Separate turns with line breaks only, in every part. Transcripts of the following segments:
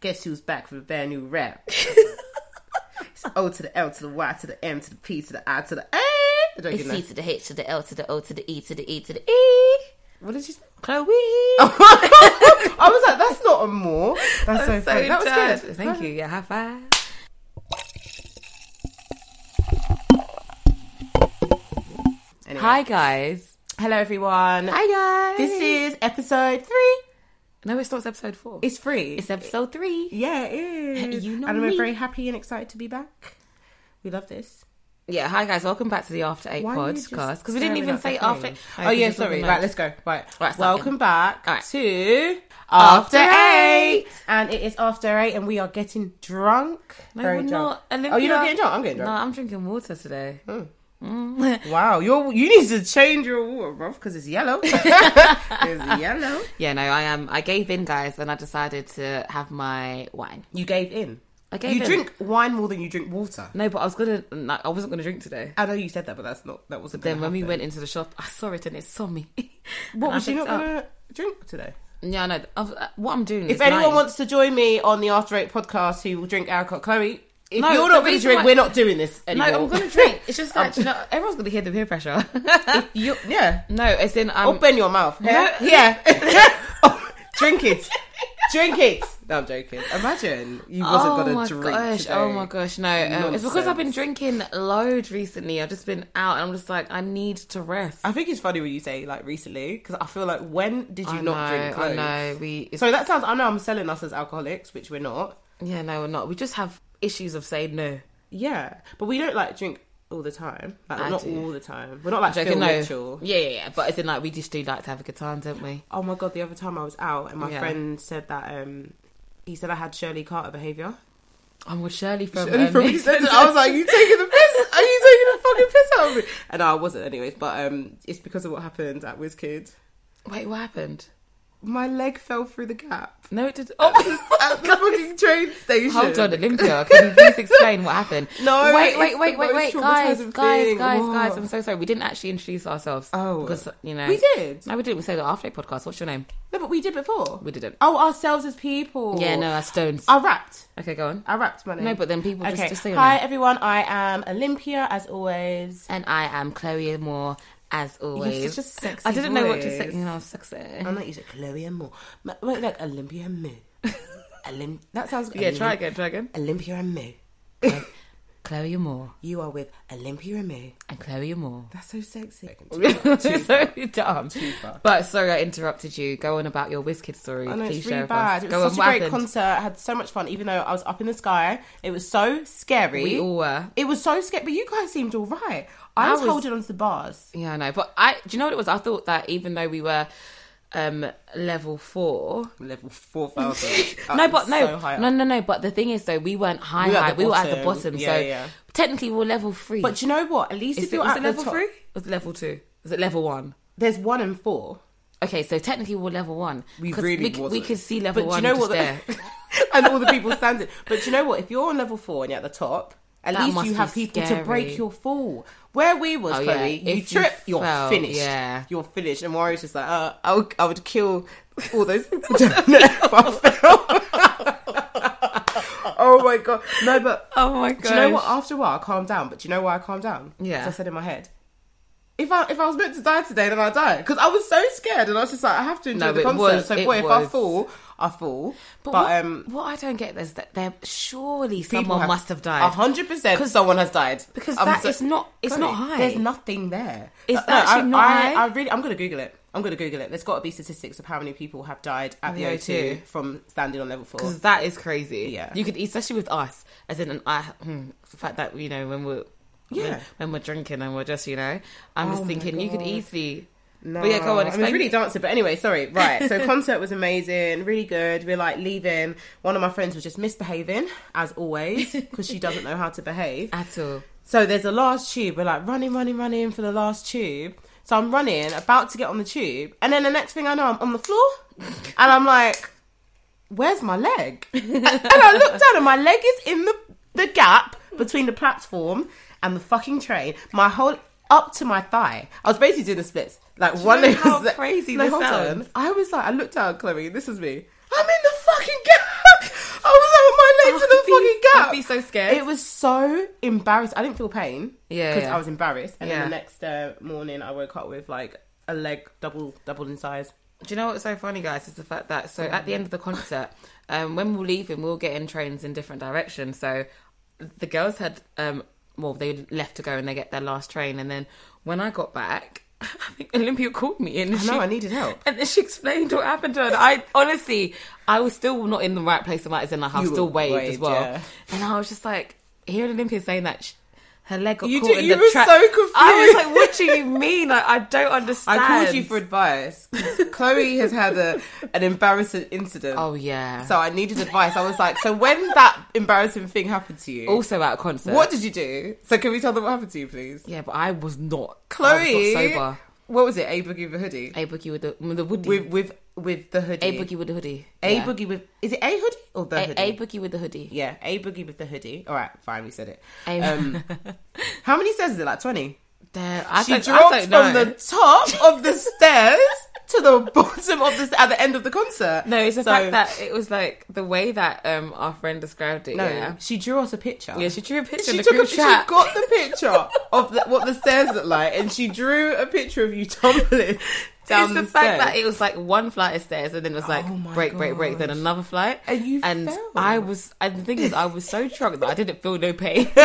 Guess who's back with a brand new rap? it's O to the L to the Y to the M to the P to the I to the A. Don't
It's
get no-
C to the H to the L to the O to the E to the E to the E. Oh,
What did you?
Chloe.
I was like, that's not a more. That's so,
so
funny. That was
done.
good.
Thank you. Yeah, high five.
Anyway.
Hi guys.
hello everyone.
Hi guys.
This is episode three.
no, it starts episode four.
It's free.
It's episode three.
yeah, it is.
You know
and
me.
we're very happy and excited to be back. We love this.
Yeah, hi guys. Welcome back to the After Eight
Why are you just
podcast because we
staring
didn't even
at the
say
thing?
after.
Oh yeah,
because
sorry.
we're
Right,
not-
let's go. Right,
Right, start
Welcome
again.
back
All right.
to after
After
eight.
Eight.
and it is after eight, and we are getting drunk.
No,
very
we're
drunk.
not. Olympia.
Oh, you're not getting drunk. I'm getting
No,
drunk.
I'm drinking water today.
Wow, you you need to change your water, bro, because it's yellow. it's yellow.
yeah, no, I am. I gave in, guys, and I decided to have my wine.
You gave in.
I gave
you
in.
drink wine more than you drink water.
No, but I was gonna. No, I wasn't gonna drink today.
I know you said that, but that's not that wasn't.
Then
gonna
when we
happen.
went into the shop, I saw it and it saw me.
what
And I
was you not
picked it up.
gonna drink today?
Yeah, no. I've, uh, what I'm doing.
If
is
anyone
lying.
wants to join me on the After Eight podcast, who will drink alcohol, Chloe. If
No,
you're
the
not going to
reason
drink,
why-
we're not doing this
no,
anymore.
I'm gonna drink. It's just like you know, everyone's gonna hear the peer pressure.
You, yeah.
no, it's in. Um,
Open your mouth. Yeah.
No.
yeah. drink it. Drink it. No, I'm joking. Imagine you wasn't
oh
gonna
my
drink.
gosh!
today.
Oh my gosh! No, um, it's because I've been
Nonsense.
drinking loads recently. I've just been out, and I'm just like, I need to rest.
I think it's funny when you say like recently because I feel like when did you
I
not
know,
drink? Chloe?
I know. We it's,
So that sounds. I know I'm selling us as alcoholics, which we're not.
yeah, no, we're not. We just have issues of saying no.
Yeah, but we don't like drink all the time. Like,
I
not
do.
all the time. We're not like
Joking,
Phil
no.
Mitchell.
Yeah, yeah, yeah. But it's in like we just do like to have a good time, don't we?
Oh my god! The other time I was out and my
Yeah.
friend said that um, he said I had Shirley Carter behavior.
I'm with Shirley from.
Shirley
um,
from Essential. I was like, "You taking the piss? Are you taking the fucking piss out of me?" And I wasn't, anyways. But um, it's because of what happened at WizKid.
Wait, what happened?
My leg fell through the gap
No, it did. Oh,
at the fucking train station.
hold on, Olympia. Can you please explain what happened?
No,
wait,
it's
wait,
the
wait, wait, wait,
most
guys,
traumatizing
guys,
thing.
guys,
What?
guys. I'm so sorry. We didn't actually introduce ourselves.
Oh.
because you know
We did.
No, we didn't. We said the After Eight podcast. What's your name?
No, but we did before.
We didn't.
Oh, ourselves as people.
Yeah, no, I stones.
I rapped.
Okay, go on.
I rapped my name.
No, but then people just,
okay.
just say your
Hi
name.
everyone, I am Olympia as always.
And I am Chloe Moore, as always.
You're such a sexy
I didn't know what to
voice.
say. You know, sexy.
I'm not used to Chloe and Moore. Ma- Wait, like Olympia and Moo. Olymp- that sounds good.
Yeah, try again, try again.
Olympia and Moo.
Chloe Moore
You are with Olympia and Moo.
and Chloe Moore.
That's so sexy.
so dumb.
far.
But sorry, I interrupted you. Go on about your WizKid story.
I know
Please
it's really
share with us.
bad. It
Go
was
on,
such
what
a great
happened?
concert. I had so much fun, even though I was up in the sky. It was so scary.
We all were.
It was so scary, but you guys seemed all right. I,
I
was,
was-
holding onto the bars.
Yeah, I know. But I, do you know what it was? I thought that even though we were um level four.
Level 4,000.
no, but no, no, no, no. But the thing is, though, we weren't high,
We were at
high.
the
We were at the
bottom.
bottom.
Yeah,
so
yeah.
technically, we were level three.
But do you know what? At least
Is
if
it-
you're
was
at
it
the
level
top-
three? Was it level two? Was it level one?
there's one and four.
Okay, so technically we're level one.
We
'Cause
really
we, c- we
wasn't.
could see level
do
one just there.
and all the people standing. But do you know what? If you're on level four and you're at the top, at
That
least
must
you
be
have people to
scary.
break your fall. Where we was,
Oh, yeah.
Chloe, you
If you
trip, you are
fell,
finished.
yeah.
you're finished. And Wario's just like, uh, I would, I would kill all those people down there if I fell. oh my god, no, but
Oh my
do
god!
you know what? After a while, I calmed down. But do you know why I calmed down?
Yeah.
'Cause I said in my head, if I if I was meant to die today, then I die because I was so scared, and I was just like, I have to enjoy
No,
the
it
concert.
was-
so
it
boy, if I
was.
fall, I fall. But,
But, what,
um,
what I don't get is that there surely
people
someone
have-
must have
A
died.
hundred percent, someone has died
Because
I'm
that
so-
is not it's
Sorry,
not high.
There's nothing there. Uh,
It's
No,
actually
I,
not
I,
high.
I really, I'm gonna Google it. I'm gonna Google it. There's got to be statistics of how many people have died at the
Yeah,
O2
too.
from standing on level four.
Because that is crazy.
Yeah.
you could especially with us, as in, and I hmm, the fact that you know when we're
Yeah.
when, when we're drinking and we're just you know, I'm just
my
thinking you could
God.
easily. But yeah, go on.
I
Explain.
mean, really dancing, but anyway, sorry. Right, so concert was amazing, really good. We're like leaving. One of my friends was just misbehaving, as always, because she doesn't know how to behave.
at all.
So there's a last tube. We're like running, running, running for the last tube. So I'm running, about to get on the tube, and then the next thing I know, I'm on the floor, and I'm like, "Where's my leg?" and I look down, and my leg is in the the gap between the platform and the fucking train. My whole up to my thigh. I was basically doing the splits, like one.
know
leg
how
was-
crazy
no,
this
hold on.
sounds?
I was like, I looked down, Chloe. This is me. I'm in the fucking gap. I
be so scared.
It was so embarrassed. I didn't feel pain.
Yeah,
Because
yeah.
I was embarrassed. And
Yeah.
then the next uh, morning, I woke up with like a leg double doubled in size.
Do you know what's so funny, guys? Is the fact that so at the end of the concert, um, when we were leaving, we were getting trains in different directions. So the girls had, um, well, they left to go and they get their last train, and then when I got back, I think Olympia called me and
I
she,
know, I needed help.
and then she explained what happened to her. And I honestly, I was still not in the right place in my, as in like I was
You were
still waved, as
waved,
well,
yeah.
and I was just like hearing Olympia saying that. She, her leg got
You
caught
did-
in
you
the
were
trap.
so confused.
I was like, "What do you mean? Like, I don't understand."
I called you for advice. 'cause Chloe has had a, an embarrassing incident.
Oh yeah.
So I needed advice. I was like, so when that embarrassing thing happened to you,
also at a concert.
what did you do? So can we tell them what happened to you, please?
Yeah, but I was not. I
Chloe,
was not sober.
what was it? A boogie with a hoodie.
A boogie with the with the hoodie.
with with with the hoodie.
a boogie with the hoodie.
A
Yeah.
boogie with is it a hoodie or the hoodie?
A, a boogie with the hoodie.
yeah, a boogie with the hoodie. All right, fine, we said it.
A-
Um, how many stairs is it? Like twenty.
There, I
She
don't,
dropped
I don't
from
know.
the top of the stairs to the bottom of the at the end of the concert.
no, it's the
So-
fact that it was like the way that um our friend described it.
no,
Yeah,
she drew us a picture.
yeah. She drew a picture.
she
in the
took a,
group
she
chat.
got the picture of the, what the stairs look like, and she drew a picture of you tumbling down
it's
the,
the, fact
stairs.
that it was like one flight of stairs and then it was like
Oh my
break, break, break, then
gosh.
another flight.
And you
and
fell.
I was and the thing is I was so drunk that I didn't feel no pain.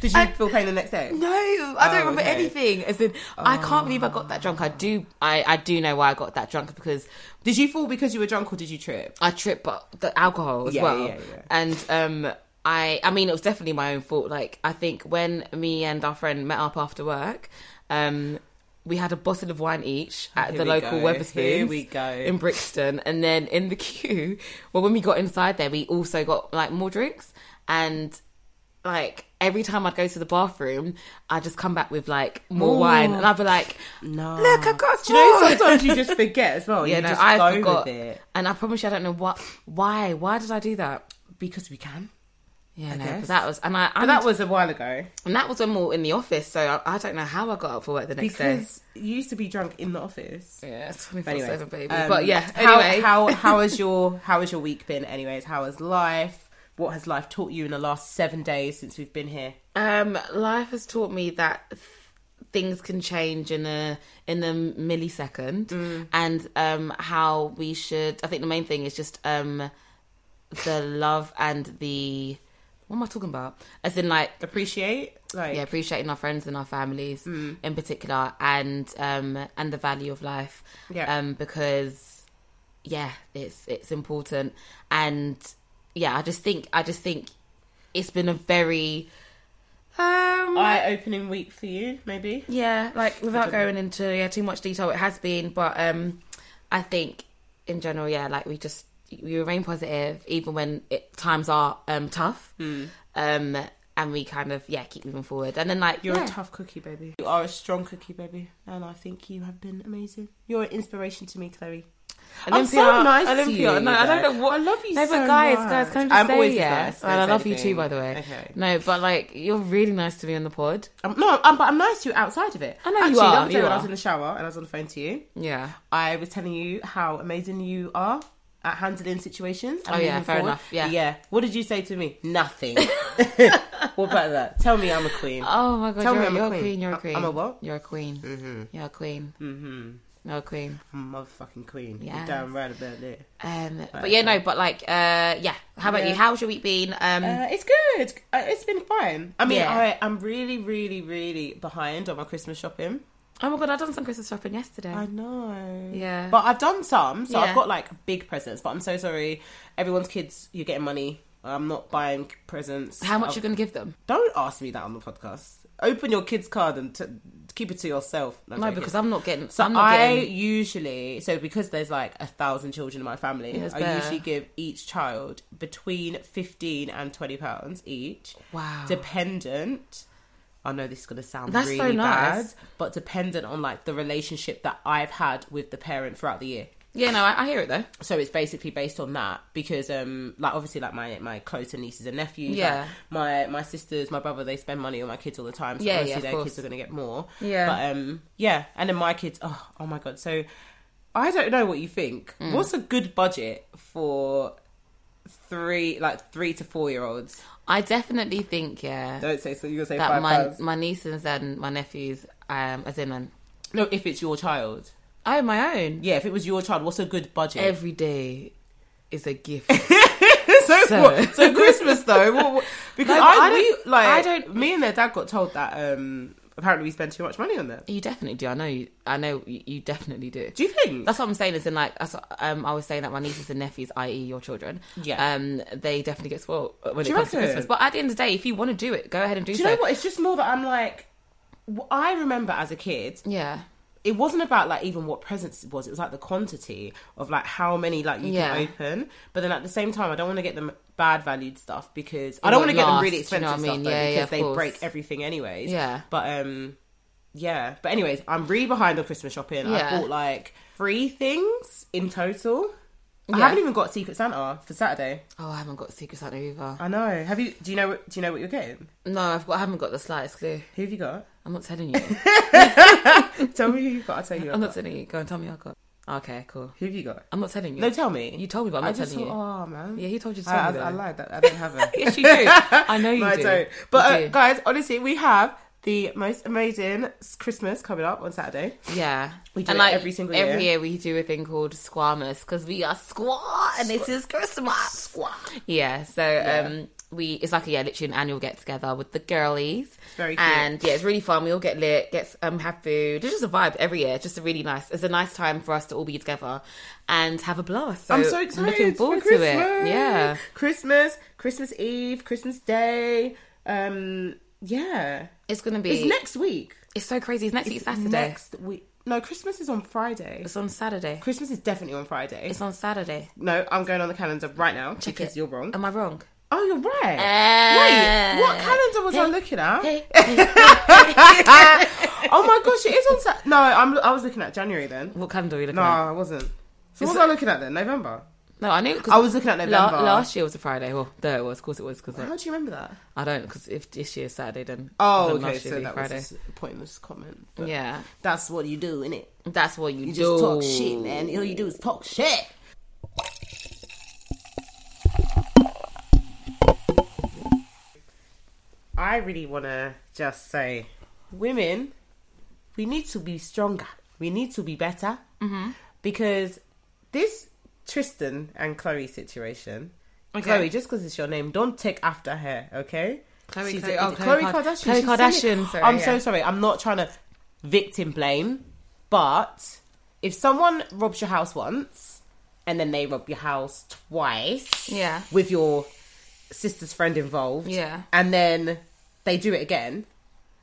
Did you
I-
feel pain the next day?
No, I don't
Oh,
remember
okay.
anything. As in, I can't believe I got that drunk. I do, I, I do know why I got that drunk because
Did you fall because you were drunk, or did you trip?
I trip, but the alcohol as
Yeah,
well.
yeah, yeah.
And um, I, I mean, it was definitely my own fault. Like, I think when me and our friend met up after work, um, we had a bottle of wine each at
Here
the
we
local
go,
Weatherspoons
here we go.
in Brixton, and then in the queue, well, when we got inside there, we also got like more drinks and. Like every time I'd go to the bathroom, I'd just come back with like more
More.
wine, and I'd be like,
No.
"Look, I got
Do you know
more."
sometimes you just forget as well?
Yeah,
you
no,
just
I
go
forgot,
with it
and I promise you, I don't know what, why, why did I do that?
because we can.
Yeah, no,
guess.
but that was, and I,
But
and
that was a while ago
and that was when we were in the office. So I, I don't know how I got up for work the next
because you used to be drunk in the office.
day. Yeah, twenty
But
four
anyway,
seven, baby.
um,
but yeah,
how,
anyway,
how how has your how has your week been? Anyways, how has life? What has life taught you in the last seven days since we've been here?
um, life has taught me that things can change in a in a millisecond,
Mm.
and um, how we should. I think the main thing is just um, the love and the. What am I talking about? As in, like
Appreciate, like,
yeah, appreciating our friends and our families
Mm.
in particular, and um, and the value of life.
Yeah.
Um, because yeah, it's it's important, and yeah, I just think I just think it's been a very um
eye-opening week for you, maybe.
yeah, like without going into yeah too much detail, it has been, but um, I think in general, yeah, like we just we remain positive even when it, times are um tough,
Mm.
um, and we kind of yeah keep moving forward, and then like
You're
yeah.
a tough cookie, baby. You are a strong cookie, baby, and I think you have been amazing. You're an inspiration to me, Chloe.
Olympia,
I'm so nice
Olympia.
to you.
No, I don't know what.
I love you
No,
so
but guys,
much.
guys, can I just
I'm
say
always
yeah?
nice.
and I
Don't say
love you
anything.
too, by the way.
Okay.
No, but like you're really nice to me on the pod.
Um, no, I'm, but I'm nice to you outside of it.
I know you
Actually,
are,
The other day
you
when I
are.
was in the shower and I was on the phone to you,
Yeah,
I was telling you how amazing you are at handling situations. and
Oh, yeah,
moving
fair enough, yeah.
yeah. What did you say to me? Nothing. what about that? Tell me I'm a queen.
Oh my god,
Tell
you're,
me I'm a
you're a
queen.
queen. You're a
I-
queen.
I'm a what?
You're a queen. Mm-hmm. You're a queen. Mm-hmm. You're a queen.
I'm a motherfucking queen. You're
Yes.
damn right about it.
Um, but yeah, no, but like, uh, yeah. How about
Yeah.
you? How's your week been? Um,
Uh, it's good. Uh, It's been fine. I mean,
Yeah.
I, I'm really, really, really behind on my Christmas shopping.
oh my god, I done some Christmas shopping yesterday.
I know.
Yeah.
But I've done some, so
Yeah.
I've got like big presents. But I'm so sorry, everyone's kids. You're getting money. I'm not buying presents.
How much
I've-
you gonna give them?
Don't ask me that on the podcast. Open your kids' card and t- keep it to yourself. I'm
No,
joking.
because I'm not getting.
So
I'm not
I
getting.
usually so because there's like a thousand children in my family,
Yeah, that's
I
better.
usually give each child between fifteen and twenty pounds each.
Wow.
Dependent I know this is gonna sound
That's so
really
nice.
bad, but dependent on like the relationship that I've had with the parent throughout the year.
yeah, no, I, I hear it though.
So it's basically based on that because um like obviously like my my closer nieces and nephews,
Yeah.
like, my my sisters, my brother, they spend money on my kids all the time. So
Yeah, yeah,
obviously
of
their
course.
kids are gonna get more.
Yeah.
But um yeah, and then my kids oh oh my god.
Mm.
So I don't know what you think. What's a good budget for three, like three to four year olds.
I definitely think, yeah,
Don't say so. You're gonna say
that
five
my
pounds.
my nieces and my nephews, um, as in, um,
No, if it's your child.
I own my own.
Yeah, if it was your child, what's a good budget?
Every day is a gift.
so,
So-
what- so Christmas though, what, what- because
No, but
I,
I don't-
we, like
I don't-
Me and their dad got told that um apparently we spend too much money on them.
you definitely do. I know. You, I know. You, you definitely do.
Do you think?
That's what I'm saying. Is in like, that's what, um, I was saying that my nieces and nephews, i.e., your children,
Yeah.
um, they definitely get spoiled when
Do
it
you
comes to
reckon?
Christmas. But at the end of the day, if you want to do it, go ahead and do,
Do you
so.
know what? It's just more that I'm like, w- I remember as a kid,
Yeah,
it wasn't about like even what presents it was. It was like the quantity of like how many like you
Yeah.
can open. But then at the same time, I don't want to get them bad valued stuff because I don't want to
won't
get them really
last, you know
expensive
what I mean?
stuff though,
Yeah, yeah,
because
of
they
course.
break everything anyways.
Yeah.
But um, yeah. But anyways, I'm really behind on Christmas shopping. I
Yeah.
bought like three things in total. I
Yeah.
haven't even got Secret Santa for Saturday.
Oh, I haven't got Secret Santa either.
I know. Have you? Do you know? what- Do you know what you're getting?
No, I've got. I haven't got the slightest clue.
Who have you got?
I'm not telling you.
Tell me who you've got. I'll tell you. who
I'm
I've
not
got.
telling you. Go and tell me I got. Okay, cool.
Who have you got?
I'm not telling you.
No, tell me.
you told me, but I'm
I
not
just
telling
thought, oh
you.
man.
Yeah, you told you to
I,
tell
I,
me.
I
though.
lied that I don't have it.
Yes, you do. I know you
no,
do.
I don't. But
You
uh,
do.
guys, honestly, we have the most amazing s- Christmas coming up on Saturday.
Yeah,
We do
and
it
like
every single
every
year.
year we do a thing called Squamous because we are squaw and this is Christmas. Squaw. Yeah, so um, we it's like a, yeah, literally an annual get together with the girlies. It's
very cute.
and yeah, it's really fun. We all get lit, get um have food. It's just a vibe every year. It's just a really nice. It's a nice time for us to all be together and have a blast. So
I'm so excited.
Looking forward
for
to
Christmas.
it. Yeah.
Christmas, Christmas Eve, Christmas Day. Um, yeah,
It's gonna be.
it's
It's,
next week.
so crazy. It's next week Saturday.
Next week. No, Christmas is on Friday.
It's on Saturday.
Christmas is definitely on Friday.
It's on Saturday.
No, I'm going on the calendar right now
Check
because
it. Um,
you're wrong.
Am I wrong?
Oh, you're right.
Eh.
Wait, what calendar was I looking at?
Hey.
oh my gosh, it is on. Sa- no, I'm. I was looking at January then.
What calendar are we looking
No,
at?
I wasn't. So what was I looking at then? November.
No, I knew. Cause
I was looking at
la-
November.
last year was a Friday. Well, there it was. Of course, it was because
How do you remember that?
I don't. Because if this year's Saturday, then
Oh,
then
okay.
last year
So
be
that
Friday.
was just a pointless comment. But
yeah,
That's what you do, innit?
that's what you,
You
do.
just talk shit, man. All you do is talk shit. I really want to just say, women, we need to be stronger. We need to be better. Mm-hmm. Because this Tristan and Chloe situation,
Okay.
Chloe, just because it's your name, don't take after her, okay?
Chloe-
She's
Chloe-
a-
oh,
Khloe
Khloe
Kardashian.
Kar- Khloe
she's saying it.
Kardashian, sorry,
I'm
yeah.
so sorry. I'm not trying to victim blame, but if someone robs your house once and then they rob your house twice,
Yeah.
with your sister's friend involved,
Yeah.
and then they do it again,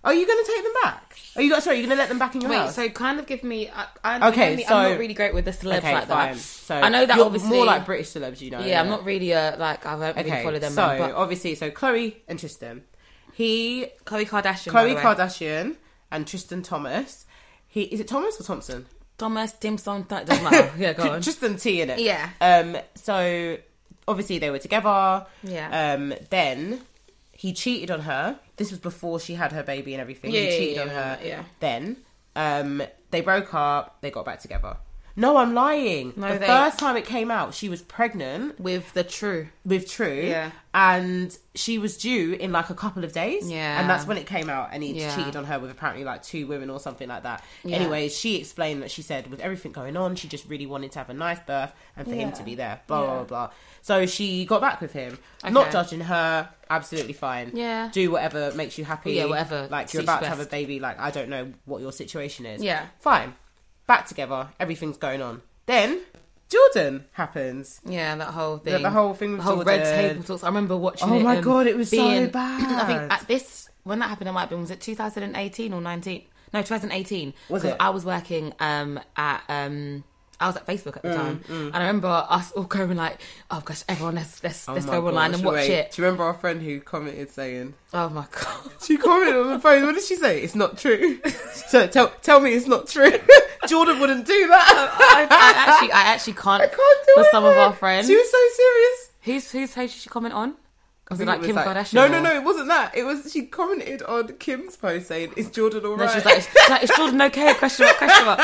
are you going to take them back? Are you sorry? Are you going to let them back in your
Wait,
house?
so kind of give me. I, I,
Okay,
okay,
so-
I'm not really great with the celebs
okay,
like
fine.
that.
So
I know that
you're
obviously
more like British celebs, you know.
yeah, I'm not really a like. I don't really follow them.
so
man, but
obviously, so Chloe and Tristan, he
Khloe Kardashian. by
Chloe
the way.
Kardashian and Tristan Thomas. He is it Thomas or Thompson?
Thomas Dimson. That doesn't matter. Yeah, go on.
Tristan T in it.
Yeah.
Um. So obviously they were together.
Yeah.
Um. Then he cheated on her. This was before she had her baby and everything.
Yeah,
he
yeah,
cheated
yeah,
on her.
yeah.
Then um they broke up. They got back together. No, I'm lying.
No,
the
they-
first time it came out, she was pregnant
with the true.
with True.
Yeah.
And she was due in like a couple of days.
Yeah.
And that's when it came out and he
Yeah.
cheated on her with apparently like two women or something like that. Anyway, she explained that she said with everything going on, she just really wanted to have a nice birth and for him
Yeah.
to be there. Blah
Yeah.
blah blah. So she got back with him. Not
Okay.
judging her. Absolutely fine.
Yeah. Oh,
Do whatever makes you happy.
Yeah, whatever
Like you're
suits
about to
you
have a
best.
baby, like I don't know what your situation is.
Yeah.
Fine. Back together, everything's going on. Then Jordan happens.
Yeah, that whole thing.
Yeah, the whole thing with
the whole red
Jordan.
table talks. I remember watching.
Oh
it
my
and
God, it was so
being, I
bad.
think at this when that happened, it might have been was it 2018 or 19? No, 2018.
Was
'Cause
it?
I was working um at um. I was at Facebook
Mm,
at the time, and I remember us all going like, "Oh gosh, everyone, let's let's, let's
Oh my
go online
gosh,
and watch
wait.
it."
Do you remember our friend who commented saying
Oh my god!
she commented on the phone? What did she say? It's not true. so tell tell me it's not true. Jordan wouldn't do that.
I, I actually, I actually can't,
I can't do
for
it.
some of our friends.
she was so serious.
Whose whose page did she comment on? Was it
I
like
think
Kim
it was
Kardashian?
No,
or-
no, no. It wasn't that. It was she commented on Kim's post saying, "Is Jordan all
And
right?"
she was like, she's like, is Jordan okay? Question mark, question mark.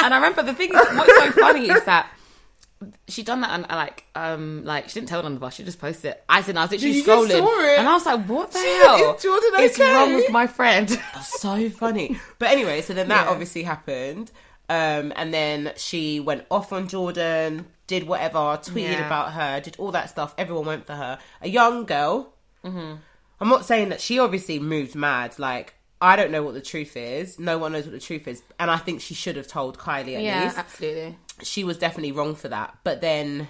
And I remember the thing is, what's so funny is that she done that and I like um like she didn't tell it on the bus. She just posted it. I said I was literally
You just
scrolling
saw it.
and I was like, what the
She-
hell?
is Jordan
It's
okay?
wrong with my friend.
so funny. But anyway, so then that
Yeah.
obviously happened. Um, and then she went off on Jordan, did whatever, tweeted
Yeah.
about her, did all that stuff. Everyone went for her. A young girl.
Mm-hmm.
I'm not saying that she obviously moved mad. Like, I don't know what the truth is. No one knows what the truth is. And I think she should have told Kylie at
yeah,
least.
absolutely.
She was definitely wrong for that. But then,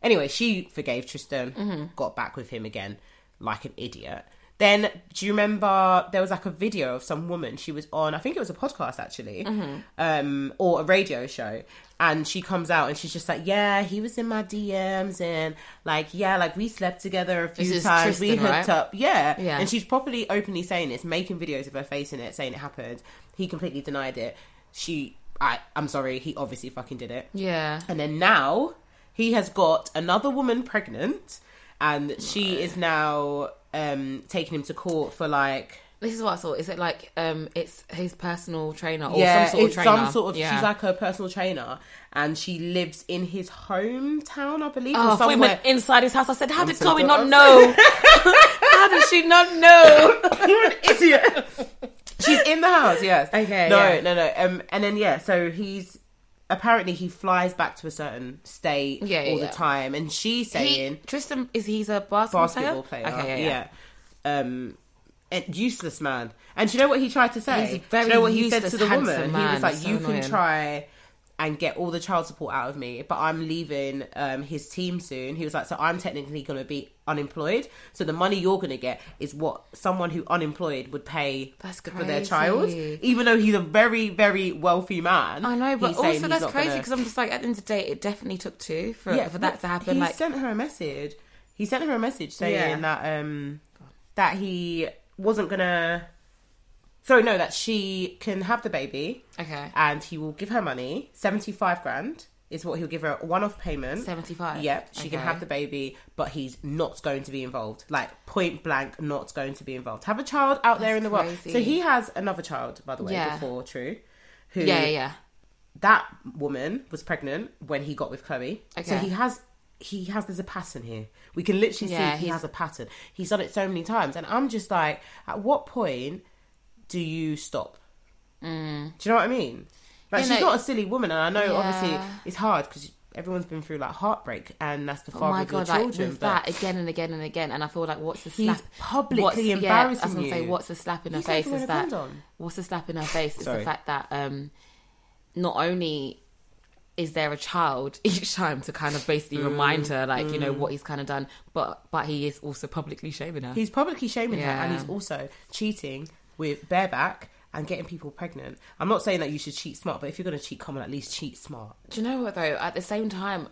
anyway, she forgave Tristan,
Mm-hmm.
got back with him again like an idiot. Then, do you remember there was like a video of some woman? She was on, I think it was a podcast actually,
Mm-hmm.
um, or a radio show. And she comes out and she's just like, Yeah, he was in my DMs and like, yeah, like we slept together a few
This is
times. we
Tristan,
hooked
right?
up. Yeah.
Yeah.
And she's properly openly saying this, making videos of her face in it, saying it happened. He completely denied it. She, I, I'm sorry, he obviously fucking did it.
Yeah.
And then now he has got another woman pregnant, and she is now um, taking him to court for like
This is what I saw. Is it like um it's his personal trainer or
yeah,
some sort of
it's
trainer?
some sort of
yeah.
she's like her personal trainer, and she lives in his hometown, I believe,
Oh,
or
if we
somewhere.
went inside his house. I said, "How did
so
Chloe
sorry.
not know? How did she not know?"
You're an idiot. She's in the house, yes.
Okay,
No,
yeah.
no, no. Um, and then yeah, so he's apparently he flies back to a certain state
Yeah, yeah,
all
yeah.
the time, and she's saying
He, Tristan is he's a basketball,
basketball player.
Okay, yeah, yeah.
yeah. Um, and useless man. And do you know what he tried to say?
He's a
Do
very
you know what he said
useless,
to the woman?
handsome
He
man.
was like,
So
"You
annoying.
can try." And get all the child support out of me, but I'm leaving um, his team soon. He was like, so I'm technically going to be unemployed. So the money you're going to get is what someone who unemployed would pay
That's
for their child,
crazy.
even though he's a very, very wealthy man.
I know, but
he's saying he's
also that's
not
crazy
gonna-
because I'm just like, at the end of the day, it definitely took two for for that
but
to happen.
He
Like,
sent her a message. He sent her a message saying
Yeah.
that um that he wasn't gonna. Sorry, no, that she can have the baby
okay,
and he will give her money. Seventy five grand is what he'll give her one off payment.
75?
Yep, she can
Okay.
have the baby, but he's not going to be involved. Like point blank, not going to be involved. Have a child out there
That's
in the world. So
crazy.
he has another child, by the way,
Yeah.
before True. Who
yeah, yeah, yeah.
that woman was pregnant when he got with Chloe. So
Okay.
he has he has there's a pattern here. We can literally
Yeah,
see he
he's-
has a pattern. He's done it so many times, and I'm just like, at what point do you stop?
Mm.
Do you know what I mean? Like
Yeah,
she's
no-
not a silly woman, and I know obviously
Yeah.
it's hard because everyone's been through like heartbreak, and that's the
Oh
father
my
of your
god, like
children.
with
but
that again and again and again, and I feel like what's the
He's
slap?
publicly
what's, yeah,
embarrassing
I was gonna say,
you.
what's the slap in her
He's not
face?
even
Is
wearing a
that
condom.
what's the slap in her face? Is
Sorry.
the fact that um, not only is there a child each time to kind of basically
Mm,
remind her, like you know what he's kind of done, but but he is also publicly shaming her.
He's publicly shaming her, and
Yeah.
he's also cheating with bareback and getting people pregnant. I'm not saying that you should cheat smart, but if you're going to cheat, come on, at least cheat smart.
Do you know what though? At the same time,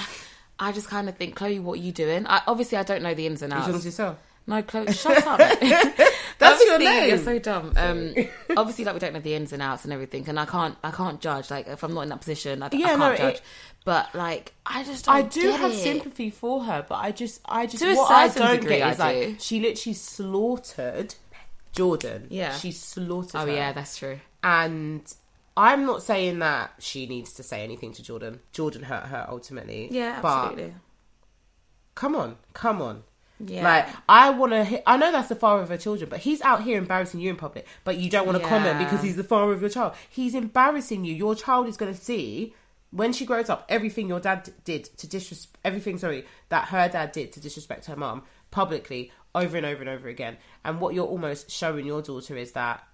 I just kind of think, Chloe, what are you doing? I, obviously, I don't know the ins and
As long as
outs.
yourself.
No, Chloe, shut up. That's
your name.
You're so dumb. Um, obviously, like we don't know the ins and outs and everything, and I can't, I can't judge. Like if I'm not in that position, I, d- I
Yeah,
can't
no,
judge.
it-
but like, I just, don't
I do
get
have
it.
sympathy for her, but I just, I just,
To a
what I
certain
don't
degree,
get is
I do.
like she literally slaughtered Jordan.
Yeah.
she slaughtered.
Oh
her.
yeah, that's true.
and I'm not saying that she needs to say anything to Jordan. Jordan hurt her ultimately.
Yeah,
but
absolutely.
come on, come on.
Yeah.
Like I want to. I know that's the father of her children, but he's out here embarrassing you in public. But you don't want to
Yeah.
comment because he's the father of your child. He's embarrassing you. Your child is going to see when she grows up everything your dad d- did to disrespect everything. Sorry, that her dad did to disrespect her mom publicly over and over and over again. And what you're almost showing your daughter is that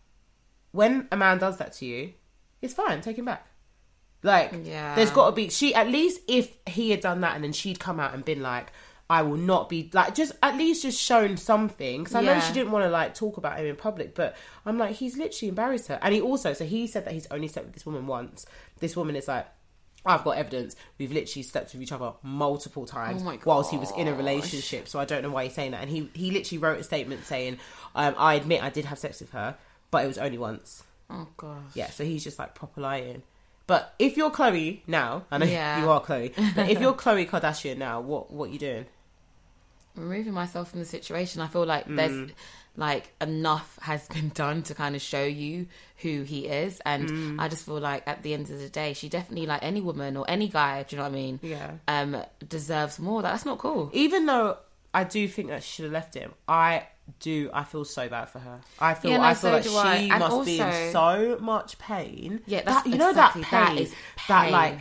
when a man does that to you, it's fine. Take him back. Like,
Yeah.
there's got to be she at least if he had done that and then she'd come out and been like, I will not be like just at least just shown something because I know
Yeah.
she didn't want to like talk about him in public, but I'm like he's literally embarrassed her, and he also so he said that he's only slept with this woman once. This woman is like. I've got evidence. We've literally slept with each other multiple times
Oh my
whilst he was in a relationship. So I don't know why he's saying that. And he, he literally wrote a statement saying, um, "I admit I did have sex with her, but it was only once."
Oh god.
Yeah, so he's just like proper lying. But if you're Chloe now, I know
Yeah.
you are Chloe, but if you're Chloe Kardashian now, what what you doing?
removing myself from the situation. I feel like
Mm.
there's like enough has been done to kind of show you who he is, and
Mm.
I just feel like at the end of the day, she definitely like any woman or any guy. Do you know what I mean?
Yeah.
Um, deserves more. Like, that's not cool.
Even though I do think that she should have left him, I do. I feel so bad for her. I feel.
Yeah, no,
I feel
so
like
do
she
I. And
must be in so much pain.
Yeah, that's
that, you know
exactly-
that
that
pain that,
is pain.
like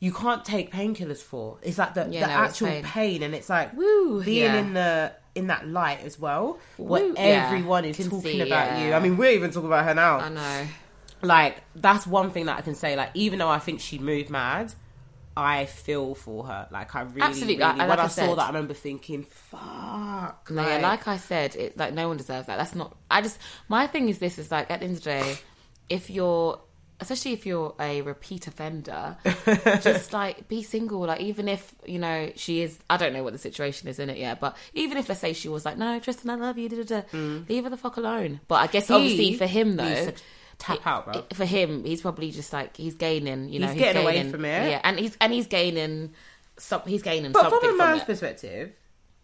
you can't take painkillers for. It's like the,
Yeah,
the
no, it's
actual
pain.
pain. and it's like
Woo,
being
yeah.
in the in that light as well, where
Woo, yeah.
everyone is
Can
talking
see,
about you.
yeah.
I mean, we're even talking about her now
I know.
like that's one thing that I can say. Like even though I think she moved mad, I feel for her. Like I really,
Absolutely.
really
I- I- like
when
I
I, saw
said-
that, I remember thinking, "Fuck."
No, yeah, like I said, it, like no one deserves that. That's not. I just my thing is this is like at the end of the day, if you're, especially if you're a repeat offender, just like be single. Like even if you know she is, I don't know what the situation is in it yet, but even if let's say she was like, no, Tristan, I love you, da, da, da,
Mm.
leave her the fuck alone. But I guess obviously for him
needs
though.
to tap out, bro.
For him, he's probably just like he's gaining, you know,
He's getting away
gaining,
from it.
yeah, and he's and he's gaining, some, he's gaining
but
something
from a
from
man's
it.
perspective,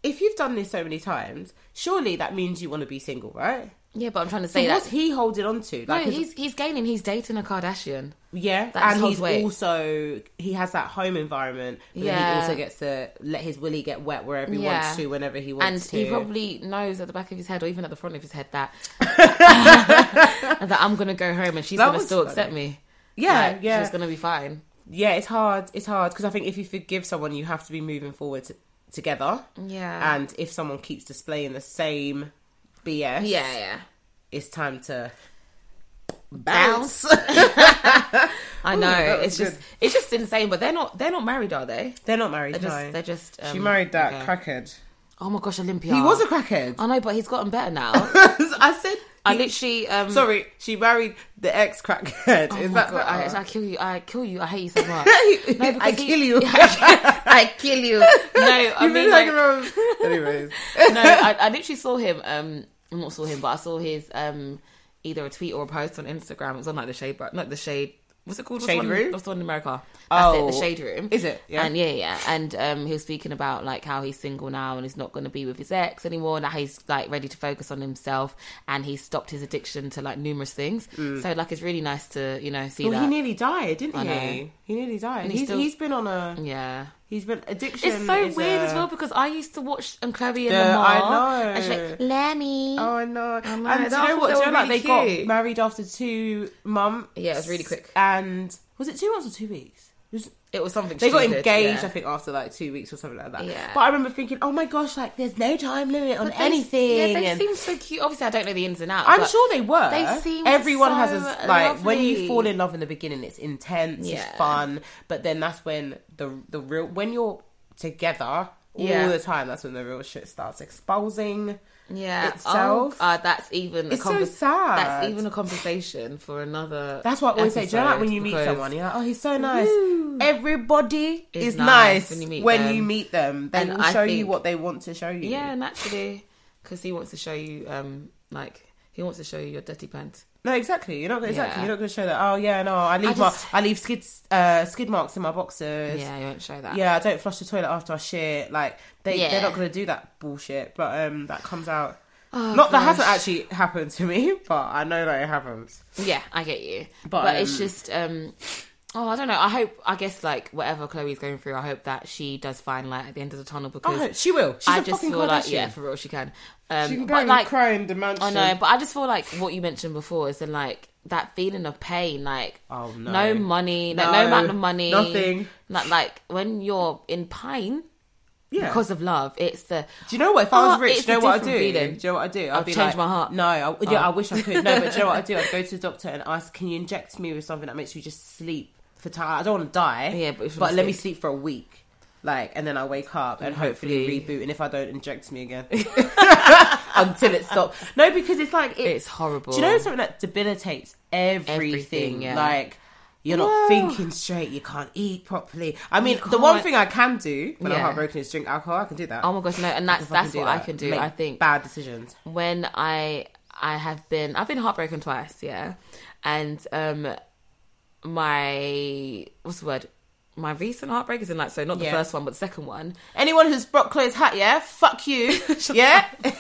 if you've done this so many times, surely that means you want to be single, right?
Yeah, but I'm trying to
So
say that
what's he holding on to?
No,
Like, his-
he's he's gaining. He's dating a Kardashian.
yeah,
that's
and
his
he's
weight.
also he has that home environment, but then
Yeah.
he also gets to let his willy get wet wherever he
Yeah.
wants to, whenever he
And
wants to.
he probably knows at the back of his head, or even at the front of his head, that that I'm gonna go home and she's
That
gonna
was
still
funny.
accept me.
yeah,
Like,
yeah.
she's gonna be fine.
yeah, it's hard. It's hard because I think if you forgive someone, you have to be moving forward t- together.
Mm. Yeah,
And if someone keeps displaying the same BS,
yeah, yeah.
it's time to
Bounce.
bounce.
I
Ooh,
know.
that was
It's just it's just insane. But they're not they're not married, are they?
they're not married.
They're just
no.
they're just.
she
um,
married that
okay.
crackhead.
Oh my gosh, Olympia.
He was a crackhead.
I know, but he's gotten better now.
I said.
I literally um.
Sorry, she married the ex crackhead.
Oh
Is
my
that
God,
better?
I, I kill you. I kill you. I hate you so much. No, because
I
he-
kill you.
I kill you. No, I
You've
mean
been
like,
talking about. Anyways,
no, I, I literally saw him. Um, well, not saw him, but I saw his um either a tweet or a post on Instagram. It was on like the shade, but not the shade. What's it called? What's the
Shade
one-
Room?
What's the one in America? That's it, the
Oh.
shade room.
Is it?
Yeah.
Yeah.
And yeah, yeah. And um, he was speaking about like how he's single now and he's not going to be with his ex anymore, and how he's like ready to focus on himself, and he stopped his addiction to like numerous things. So like, it's really nice to you know see
Mm. well, he
that.
nearly died, didn't
I know.
he? He nearly died.
And he
He's,
still-
he's been on a.
yeah.
He's been addiction.
It's so
is
weird
a-
as well because I used to watch um, Chloe and
Yeah,
Lamar.
I know.
And she's like, Lemmy.
Oh, I know.
know.
And do
I
you know
thought
what?
they
Do you
were
know, like
really
they got
cute.
married after two months.
Yeah, it was really quick.
And was it two months or two weeks? It was-
It was something.
they got
stupid,
engaged, I
yeah.
think, after like two weeks or something like that.
Yeah.
But I remember thinking, oh my gosh, like there's no time limit on
But they-
anything.
Yeah, they
and
seem so cute. Obviously, I don't know the ins and outs.
I'm
but-
sure they were.
They seem
Everyone
so
has a s- like when
lovely.
you fall in love in the beginning, it's intense,
Yeah.
it's fun, but then that's when the the real when you're together all
Yeah.
the time, that's when the real shit starts exposing.
Yeah.
itself.
Oh, God, that's even.
It's
a conver-
so sad.
That's even a conversation for another.
That's why I always say, do you know, like when you meet
episode,
someone,
because-
you're like, oh, he's so nice.
Woo.
Everybody
Is
is, nice,
nice when you
when,
meet
you meet, them.
them.
They
And
will
I
show you
think-
what they want to show you.
Yeah, naturally, because he wants to show you, um, like he wants to show you your dirty pants.
No, exactly. You're not gonna, exactly.
Yeah.
You're not going to show that. Oh yeah, no, I leave
just-
my I leave skid uh, skid marks in my boxes.
Yeah, you won't show that.
Yeah, I don't flush the toilet after I shit. Like they
Yeah.
they're not going to do that bullshit. But um, that comes out.
Oh,
not that
gosh.
hasn't actually happened to me, but I know that it happens.
Yeah, I get you. But,
But,
it's
um,
just um oh, I don't know. I hope I guess like whatever Chloe's going through, I hope that she does find light at the end of the tunnel because
Oh, she will. She's
I
a
just
fucking
feel
Kardashian.
like yeah, for real she can. Um
she can go
but
and
like
cry in the mansion.
I know, but I just feel like what you mentioned before is in like that feeling of pain, like
Oh, no.
money, like no,
No,
amount of money,
nothing.
Like, like when you're in pain
yeah.
because of love, it's the
Do you know what? If I
Oh,
was rich,
it's
do you
a
know what I do?
different feeling.
Do you know what I do? I'd
I'd
be
change
like,
my heart.
No, I, yeah,
Oh.
I wish I could. No, but do you know what I do? I'd go to the doctor and ask, "Can you inject me with something that makes you just sleep for time? I don't want to die.
Yeah, but if you
but
wanna
let me sleep for a week, like, and then I wake up and hopefully,
hopefully-
reboot. And if I don't, inject me again until it stops. No, because it's like it,
it's horrible.
do you know something that debilitates everything?
Everything, yeah.
Like you're
Whoa.
not thinking straight. You can't eat properly. I mean,
You
the one
can't-
thing I can do when I'm
Yeah.
heartbroken is drink alcohol. I can do that.
Oh my gosh, no, and that's
I can
that's
do
what I
that.
can do.
Make
I think
bad decisions.
when I I have been I've been heartbroken twice, yeah. And um my what's the word? my recent heartbreak is in like so not the
Yeah.
first one but the second one.
Anyone who's Brock Chloe's hat, yeah, fuck you, yeah. I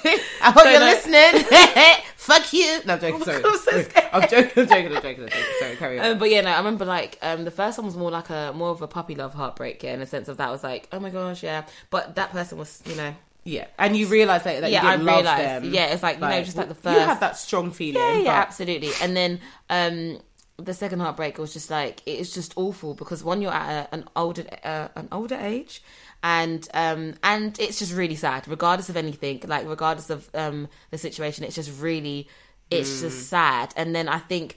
hope
So,
you're
like-
listening. fuck you. No, I'm joking.
Oh my
sorry,
God, I'm so
sorry.
scared.
I'm joking. I'm joking. I'm joking. I'm joking. Sorry, carry on.
Um, but yeah, no, I remember like um, the first one was more like a more of a puppy love heartbreak, yeah, in a sense of that was like, oh my gosh, yeah. But that person was, you know,
yeah, and you realise later that
yeah,
you
I
didn't love
realized,
them.
yeah, it's like, you know, just like the first,
You had that strong feeling.
yeah, yeah,
but-
absolutely. And then um, the second heartbreak was just like it is just awful because one you're at a, an older uh, an older age, and um, and it's just really sad, regardless of anything, like regardless of um, the situation, it's just really, it's
Mm.
just sad. And then I think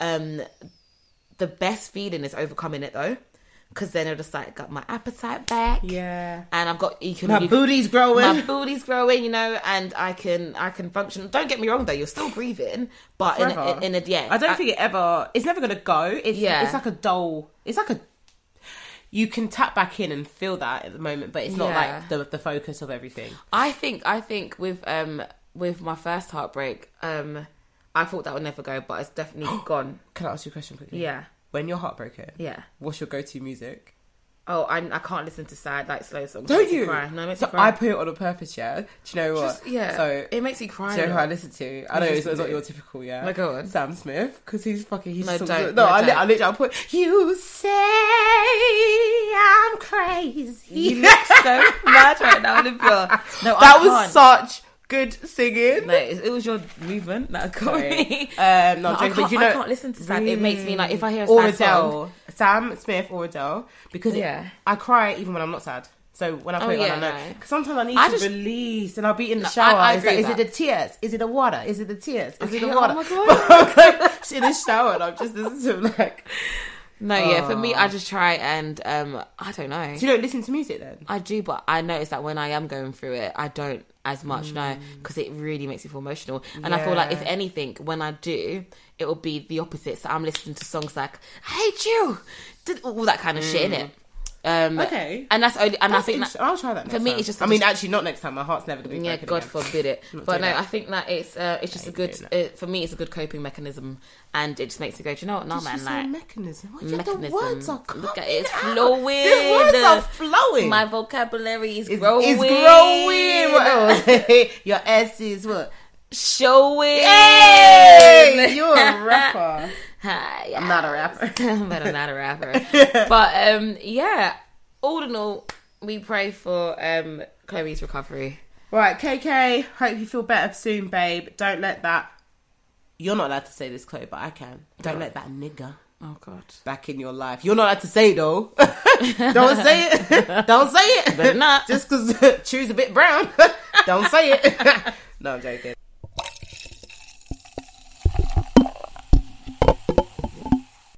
um, the best feeling is overcoming it though, because then it'll just like got my appetite back,
yeah.
and I've got you can
My
you-
booty's growing.
my booty's growing, you know, and I can I can function. Don't get me wrong, though, you're still grieving, but in a,
Forever.
in a yeah,
I don't think it ever. It's never gonna go. It's
Yeah.
it's like a dull. It's like a. You can tap back in and feel that at the moment, but it's not
Yeah.
like the the focus of everything.
I think I think with um with my first heartbreak, um, I thought that would never go, but it's definitely gone.
Can I ask you a question quickly?
Yeah,
When you're heartbroken,
yeah.
what's your go-to music?
Oh, I, I can't listen to sad like slow songs. It
Don't
makes me
you?
Cry. No, it makes
so
me cry.
I put it on a purpose. Yeah. Do you know what?
Just- yeah,
So.
it makes me cry.
do you
a
know who I
lot.
listen to? I know it's,
listen
it's not
to?
your typical, yeah.
No, go on.
Sam Smith, because he's fucking. He's
No,
just
don't,
no,
no,
I, li-
don't.
I literally I put. You say I'm crazy.
You look so mad right now, Olivia. No,
that
I
was
can't.
such good singing.
No, it, it was your movement that got me.
Um, no,
No,
I'm joking,
I can't,
but you know,
I can't listen to sad. It makes me like if I hear a
or
sad
Adele,
song.
Sam Smith or Adele, because it-
Yeah.
I cry even when I'm not sad. So when I put
Oh,
it on,
yeah,
I know.
no.
'Cause sometimes I need
I
to
just-
release, and I'll be in the
No, I-
shower.
I
It's
agree
like,
with
is it the tears? Is it the water? Is it the tears? Is it
Okay,
the
oh
water?
my God.
Just in the shower, and I'm just listening to like.
No, yeah, for me,
Oh.
I just try and um, I don't know.
So you don't listen to music then?
I do, but I notice that when I am going through it, I don't as much no, because it really makes me feel emotional. And I feel like if
Mm. Yeah.
anything, when I do, it will be the opposite. So I'm listening to songs like "I hate you," d- all that kind of shit in it. Um,
Mm. Okay.
and that's only, and I
That's
think that,
interesting. I'll try that. Next
me,
time.
it's just-
I mean, actually, not next time. My heart's never going to be.
yeah,
broken
God
again.
forbid it.
Not
But
doing
no,
that.
I think that it's uh, it's just a
Ain't
good
doing
uh, for me. It's a good coping mechanism, and it just makes you go, do you know what, no
Did you
man,
say
like
mechanism. Why did
mechanism.
The words are coming
Look at it, it's
out?
flowing.
The words are flowing.
My vocabulary is
it's
growing.
It's growing. What else? Your ass is what?
Showing.
Hey, you're a rapper.
Hi,
I'm not a rapper.
Ah, but I'm not a rapper. but um, yeah. All in all, we pray for um Chloe's recovery.
Right, KK. Hope you feel better soon, babe. Don't let that. You're not allowed to say this, Chloe, but I can. Don't let that nigger
Oh God.
back in your life. You're not allowed to say it, though. Don't say it. Don't say it.
Better not.
Just because choose a bit brown. Don't say it. no, I'm joking.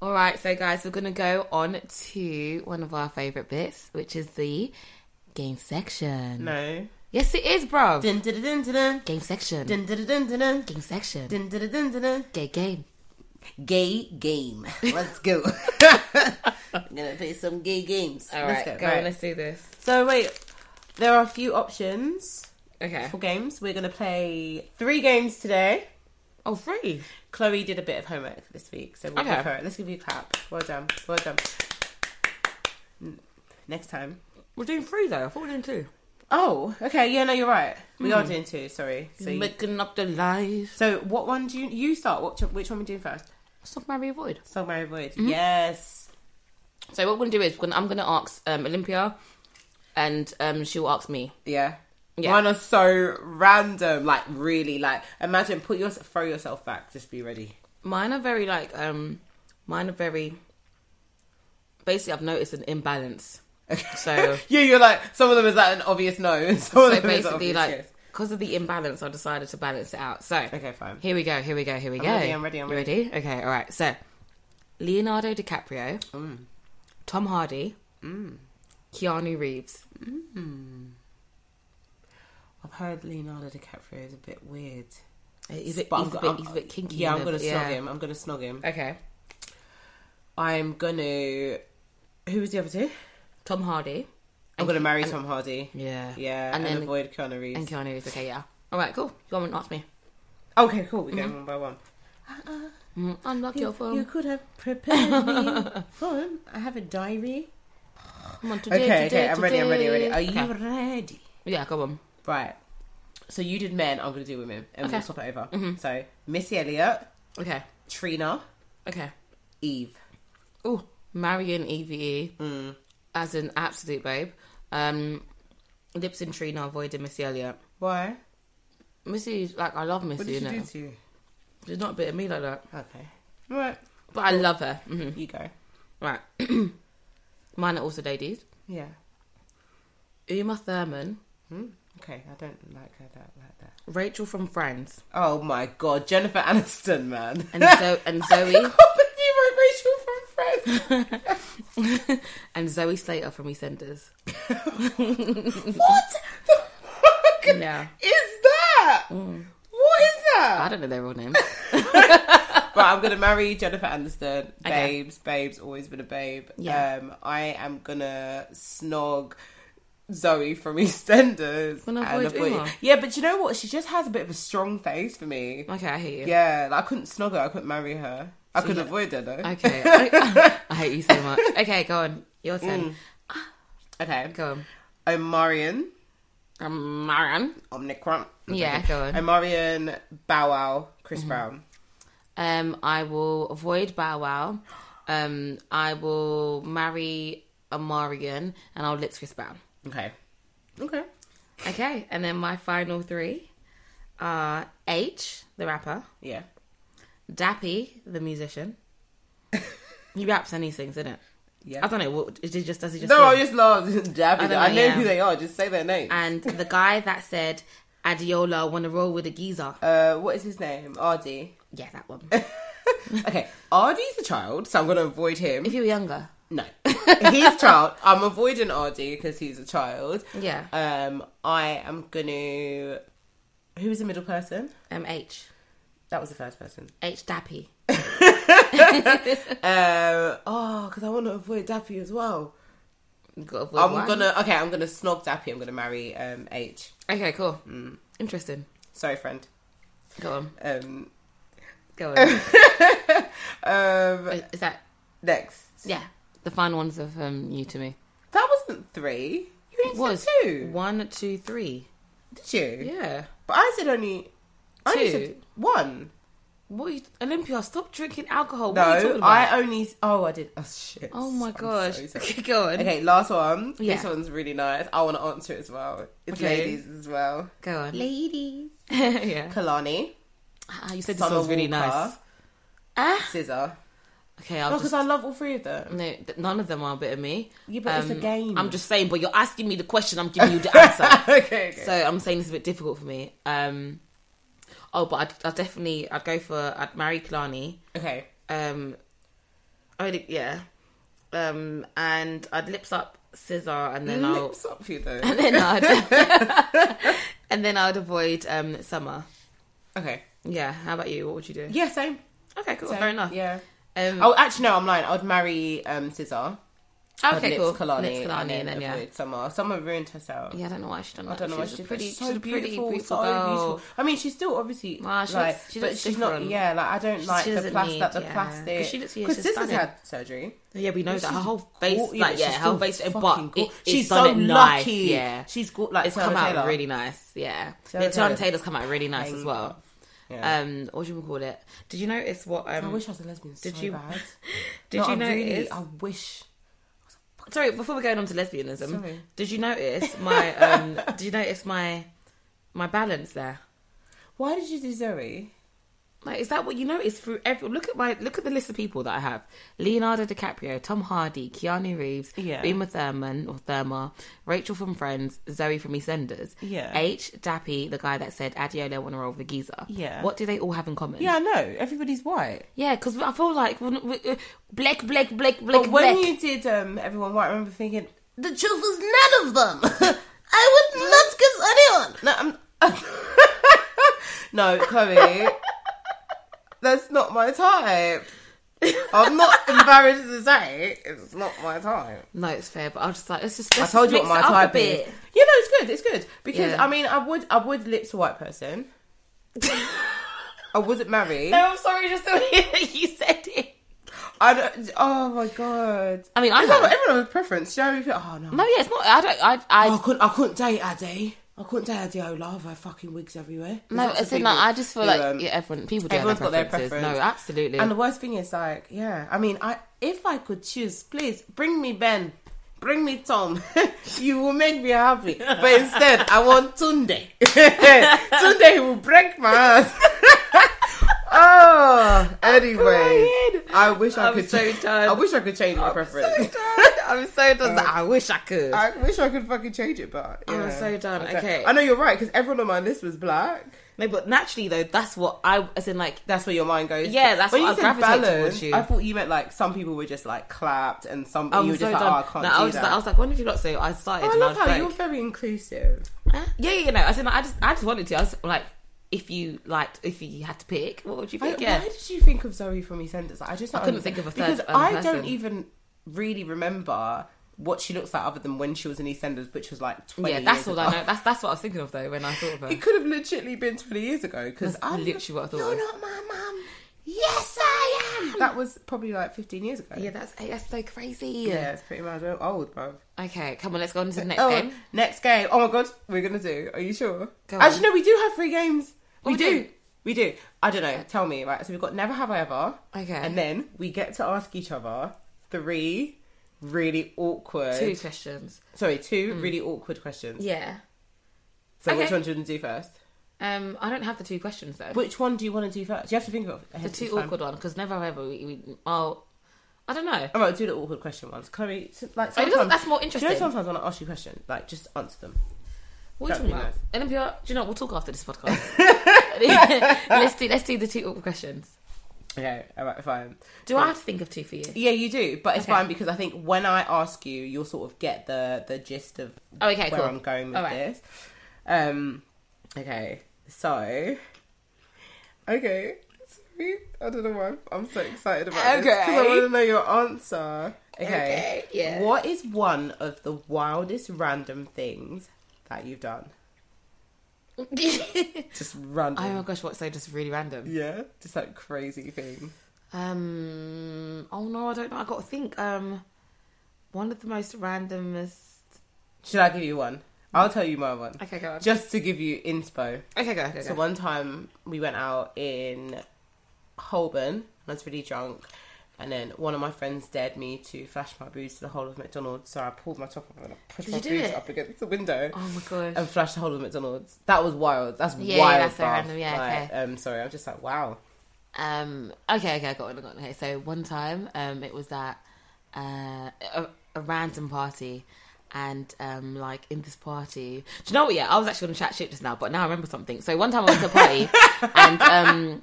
All right, so guys, we're gonna go on to one of our favorite bits, which is the game section.
No.
Yes, it is, bro.
Dun dun dun dun dun.
Game section.
Dun dun dun dun dun.
Game section.
Dun dun dun dun dun.
Gay game.
Gay game. Let's go. I'm gonna play some gay games.
All
Let's
right, go.
Right.
on, Let's do this.
So wait, there are a few options
Okay.
for games. We're gonna play three games today.
Oh, three.
Chloe did a bit of homework this week, so we'll
Okay.
give her. Let's give you a clap. Well done. Well done. N- Next time.
We're doing three though. I thought we were doing two.
Oh, Hmm. okay. Yeah, no, you're right. We are doing two. Sorry. So, you,
Making up the lies.
so what one do you you start? What, which one we doing first?
Stop Mary Void.
Song Mary Void. Yes.
So what we're gonna do is we're gonna, I'm gonna ask um, Olympia, and um, she'll ask me.
Yeah.
Yeah.
Mine are so random. Like really. Like imagine put yourself, throw yourself back. Just be ready.
Mine are very like um, mine are very. Basically, I've noticed an imbalance. So-
yeah, you're like some of them is like an obvious no, and some of
So
them is an
basically,
obvious
like
yes.
because of the imbalance, I decided to balance it out. So
Okay, fine.
here we go. Here we go. Here we go.
ready, I'm ready, I'm
You ready. Okay. All right. So Leonardo DiCaprio,
Mm.
Tom Hardy, Keanu Reeves.
I've heard Leonardo DiCaprio is a bit weird,
He's a bit,
But I'm
he's, a
go-
bit,
I'm-
he's a bit kinky.
Yeah, I'm
in
gonna
the- yeah.
snog him. I'm gonna snog him.
Okay.
I'm gonna. Who was the other two?
Tom Hardy.
I'm gonna marry Tom Hardy.
Yeah.
Yeah,
And
and,
then
avoid Keanu Reeves.
and Keanu Reeves. Okay, yeah. All right, cool. You want to ask me?
Okay, cool. We're
Mm-hmm.
going one by one. Mm-hmm.
Mm, unlock your phone.
You could have prepared me for him. I have a diary.
Come on, today,
Okay,
today,
okay, I'm ready, I'm ready, I'm ready.
today.
Are you
Okay.
ready?
Yeah, go on.
Right. So you did men, I'm gonna do women, and we'll
Okay.
swap it over. So Missy Elliott,
Okay,
Trina,
okay.
Eve.
Oh, Marion EVE
Mm.
as an absolute babe. Um, Lips and Trina avoiding Missy Elliott.
Why?
Missy, like I love Missy.
What did
you
she do
know?
to you?
She's not a bit of me like that,
Okay. Right.
but I love her. hmm
You go.
Right, mine are also ladies.
Yeah.
Uma Thurman,
Hmm? Okay, I don't like her that like that.
Rachel from Friends,
Oh my god, Jennifer Aniston, man.
and Zo- and Zoe
you wrote Rachel from Friends.
and Zoe Slater from EastEnders.
what the fuck
No.
is that? What is that?
I don't know their real names.
Right, I'm gonna marry Jennifer Aniston.
Okay.
Babes, babes, always been a babe.
Yeah.
Um, I am gonna snog Zoe from EastEnders.
Gonna
and
avoid Uma.
Yeah, but you know what? She just has a bit of a strong face for me.
Okay, I hear you.
Yeah, like, I couldn't snog her. I couldn't marry her. I could avoid her though.
Okay, I, I hate you so much. Okay, go on. Your
Mm.
turn.
Okay.
Go on.
Omarion,
Um, Marion.
Omnicron.
Yeah, go on. Mm-hmm.
Omarion, Bow Wow, Chris Brown.
Um, I will avoid Bow Wow. Um, I will marry a Marion, and I'll lips Chris Brown.
Okay. Okay.
Okay, and then my final three are H, the rapper,
Yeah.
Dappy, the musician. he raps and he sings, isn't it?
Yeah.
I don't know. What, is it just does he just?
No, I
sing?
just love Dabby.
I
I,
don't know,
know
yeah.
who they are. Just say their name.
And the guy that said, "Adiola, want to roll with a geezer."
uh, what is his name? Ardy.
Yeah, that one.
okay, Ardy's a child, so I'm going to avoid him.
If you were younger,
No, he's a child. I'm avoiding Ardy because he's a child.
yeah.
Um, I am going to. Who was the middle person?
Um, H.
That was the first person.
H Dappy.
Um, oh, because I want to avoid Dappy as well.
You gotta avoid
I'm
one.
gonna okay. I'm gonna snog Dappy. I'm gonna marry um H.
Okay, cool.
Mm.
Interesting.
Sorry, friend.
Go on.
Um,
Go on.
um,
Wait, Is that
next.
yeah? The final ones of um, you to me.
That wasn't three. You only
Was
said two.
one, two, three.
Did you?
Yeah.
But I said only. Two. I only
Two.
said one.
What are you, Olympia? Stop drinking alcohol. what are you talking
No,
about?
I only. Oh, I did. Oh shit.
Oh my
I'm
gosh.
so sorry.
Go on.
okay, last one.
Yeah.
This one's really nice. I want to answer it as well. It's
Okay.
ladies as well.
Go on.
Ladies.
yeah.
Kalani.
Ah, you said this
Summer
one's really
Walker,
nice. Ah.
Scissor.
Okay. I'll
No, because I
just.
love all three of them.
No, th- none of them are a bit of me. Um,
Yeah, but it's a game.
I'm just saying, but you're asking me the question. I'm giving you the answer.
okay. okay.
So I'm saying it's a bit difficult for me. Um, oh, but I'd, I'd definitely I'd go for I'd marry Kalani.
okay.
Um, I'd yeah, um, and I'd lips up Scissor, and then I'll
Lips up you though.
and then I'd and then I'd avoid um Summer.
Okay.
Yeah. How about you? What would you do?
Yeah, same.
Okay, cool.
same.
Fair enough.
Yeah.
Um,
Oh, actually, no, I'm lying. I'd marry um, Scissor. I'd
okay,
lips
cool.
Kalani,
Lips Kalani, and, then yeah.
avoid Summer. Summer ruined herself.
Yeah, I don't know why she done that.
I don't know why
she's
she's
a pretty,
so
she's a pretty
beautiful, so
beautiful girl.
beautiful. I mean, she's still obviously
Wow, she
like,
looks- she
but
looks
she's
different.
not. Yeah, like I don't like the
doesn't
plastic.
need-
That the
yeah. 'Cause
plastic.
she looks- yeah,
because
she's
Scissor's
stunning.
had surgery.
Yeah, we know that her
she's
whole face,
gorgeous,
like
but
yeah,
she's
her whole
still
face, and
fucking
but
gor-
it, it's
she's
done
so
it nice.
lucky.
Yeah,
She's got like
it's come out
Taylor.
really nice. Yeah,
Sarah
yeah, Taylor
Taylor.
Taylor's come out really nice as
Thank
well.
Yeah.
Um, what do you call it? Did you notice what? Um,
I wish I was a lesbian.
did
so
you-
Bad.
did
No,
you
I
notice?
Really, oh. I wish.
Sorry, before we're going on to lesbianism,
Sorry.
did you notice my? Um, did you notice my my balance there?
Why did you do Zoe?
Like, is that what you notice through every? Look at my look at the list of people that I have: Leonardo DiCaprio, Tom Hardy, Keanu Reeves,
Yeah.
Uma Thurman or Therma, Rachel from Friends, Zoe from EastEnders,
Yeah.
H Dappy, the guy that said Adiola want to roll with Giza.
Yeah.
what do they all have in common?
Yeah, I know. Everybody's white.
yeah, because I feel like when, uh, black, black, black, black,
But when
black.
you did um, Everyone White, I remember thinking,
the truth is none of them.
I would not kiss anyone. No, I'm... no, Chloe, that's not my type. I'm not embarrassed to say it's not my type.
no, it's fair, but I was just like, let's just.
I
Let's
told
just
you what
mix
my
it up
type
a bit.
is. Yeah, no, it's good. It's good because
Yeah.
I mean, I would, I would lips a white person. I wouldn't marry.
No, I'm sorry, just the way that you said it.
I don't, oh my god.
I mean, I
It's not-
have.
everyone has a preference. Do you know what I mean? Oh no.
No, yeah, it's not. I don't. I. I
Oh, I couldn't. I couldn't date Addy. I couldn't date Addy Olaf. Her fucking wigs everywhere. There's
no,
lots of
it's in
people
like, I just feel
who,
like
um,
yeah, everyone people do have
everyone's got their
preferences.
preference.
No, absolutely.
And the worst thing is like, yeah. I mean, I if I could choose, please bring me Ben, bring me Tom. you will make me happy. But instead, I want Tunde. Tunde who will break my heart. oh, anyway,
crying.
I wish I
I'm
could.
so
cha-
done.
I wish I could change my preference.
I'm so done. I wish I could.
Uh, I wish I could fucking change it, but yeah.
I'm so done.
I don't-
Okay.
I know you're right because everyone on my list was black.
no, but naturally though, that's what I as in like
That's where your mind goes.
Yeah, that's
when
what
you
I
said
gravitate towards
balance,
you.
I thought you meant like some people were just like clapped and some
I'm
you were
so
just like,
done.
oh, I can't do
no, I was
that.
Like, I was like, when did you not say? I started.
Oh, I
and
love
I
how
was
you're
like,
very inclusive.
eh? yeah, yeah, no. I said, no, I just, I just wanted to. I was like, if you liked, if you had to pick, what would you
I,
pick? yeah,
Why did you think of Zoe from EastEnders? Like, I just don't
I couldn't think of a third,
because
um,
I
person.
don't even really remember what she looks like other than when she was in EastEnders, which was like twenty.
yeah. That's
years
all
ago.
I know. That's that's what I was thinking of though when I thought of her.
It could have literally been twenty years ago because
That's
I
literally what I thought
You're
of.
not my mum.
Yes, I am.
That was probably like fifteen years ago.
Yeah, that's that's so crazy.
yeah, it's pretty much old, bruv.
Okay, come on, let's go on to the next
Oh,
game.
next game. Oh my god, we're gonna do. Are you sure?
Go
As
on.
you know, we do have three games. We,
we
do.
do.
We do. I don't know. Tell me, right? So we've got Never Have I Ever.
Okay.
And then we get to ask each other three really awkward.
Two questions.
Sorry, two really awkward questions.
Yeah.
So which
Okay.
one do you want to do first?
Um, I don't have the two questions though.
Which one do you want to do first? You have to think of
the two awkward one because never have ever we, we oh, I don't know.
All right, do the awkward question ones. Can we like
Oh, you know,
sometimes?
that's more
do you know
interesting.
sometimes when I ask you a question, like just answer them.
What are
That'd
you talking about?
be
And NPR, do you know what? we'll talk after this podcast? let's do let's do the two awkward questions.
Okay, all right, fine.
Do I have to think of two for you?
Yeah, you do, but it's
Okay.
fine because I think when I ask you, you'll sort of get the the gist of
Oh, okay,
where
cool.
I'm going with
All right.
this. Um, okay, so okay, sorry, I don't know why I'm- I'm so excited about this because I
Okay.
want to know your answer. Okay.
Okay, yeah.
What is one of the wildest random things that you've done? Just random.
oh my gosh, what's so just really random?
yeah, just like crazy thing.
Um, oh no, I don't know. I got to think. Um, one of the most randomest.
Should I give you one? I'll tell you my one.
Okay, go on.
Just to give you inspo.
Okay, go. Okay,
So
go.
one time we went out in Holborn, and I was really drunk, and then one of my friends dared me to flash my boobs to the whole of McDonald's. So I pulled my top off and I pushed
Did
my
you do
boobs
it?
up against the window
Oh my gosh.
and flashed the whole of McDonald's. That was wild. That's
Yeah, yeah,
wild.
that's so
bruv.
random. Yeah,
Like, Um, sorry, I'm just like wow.
Um. Okay. Okay. I got one. I got one. Okay. So one time, um, it was at uh, a, a random party, and um, like in this party, do you know what? Yeah, I was actually on to chat shit just now, but now I remember something. So one time I went to a party, and um,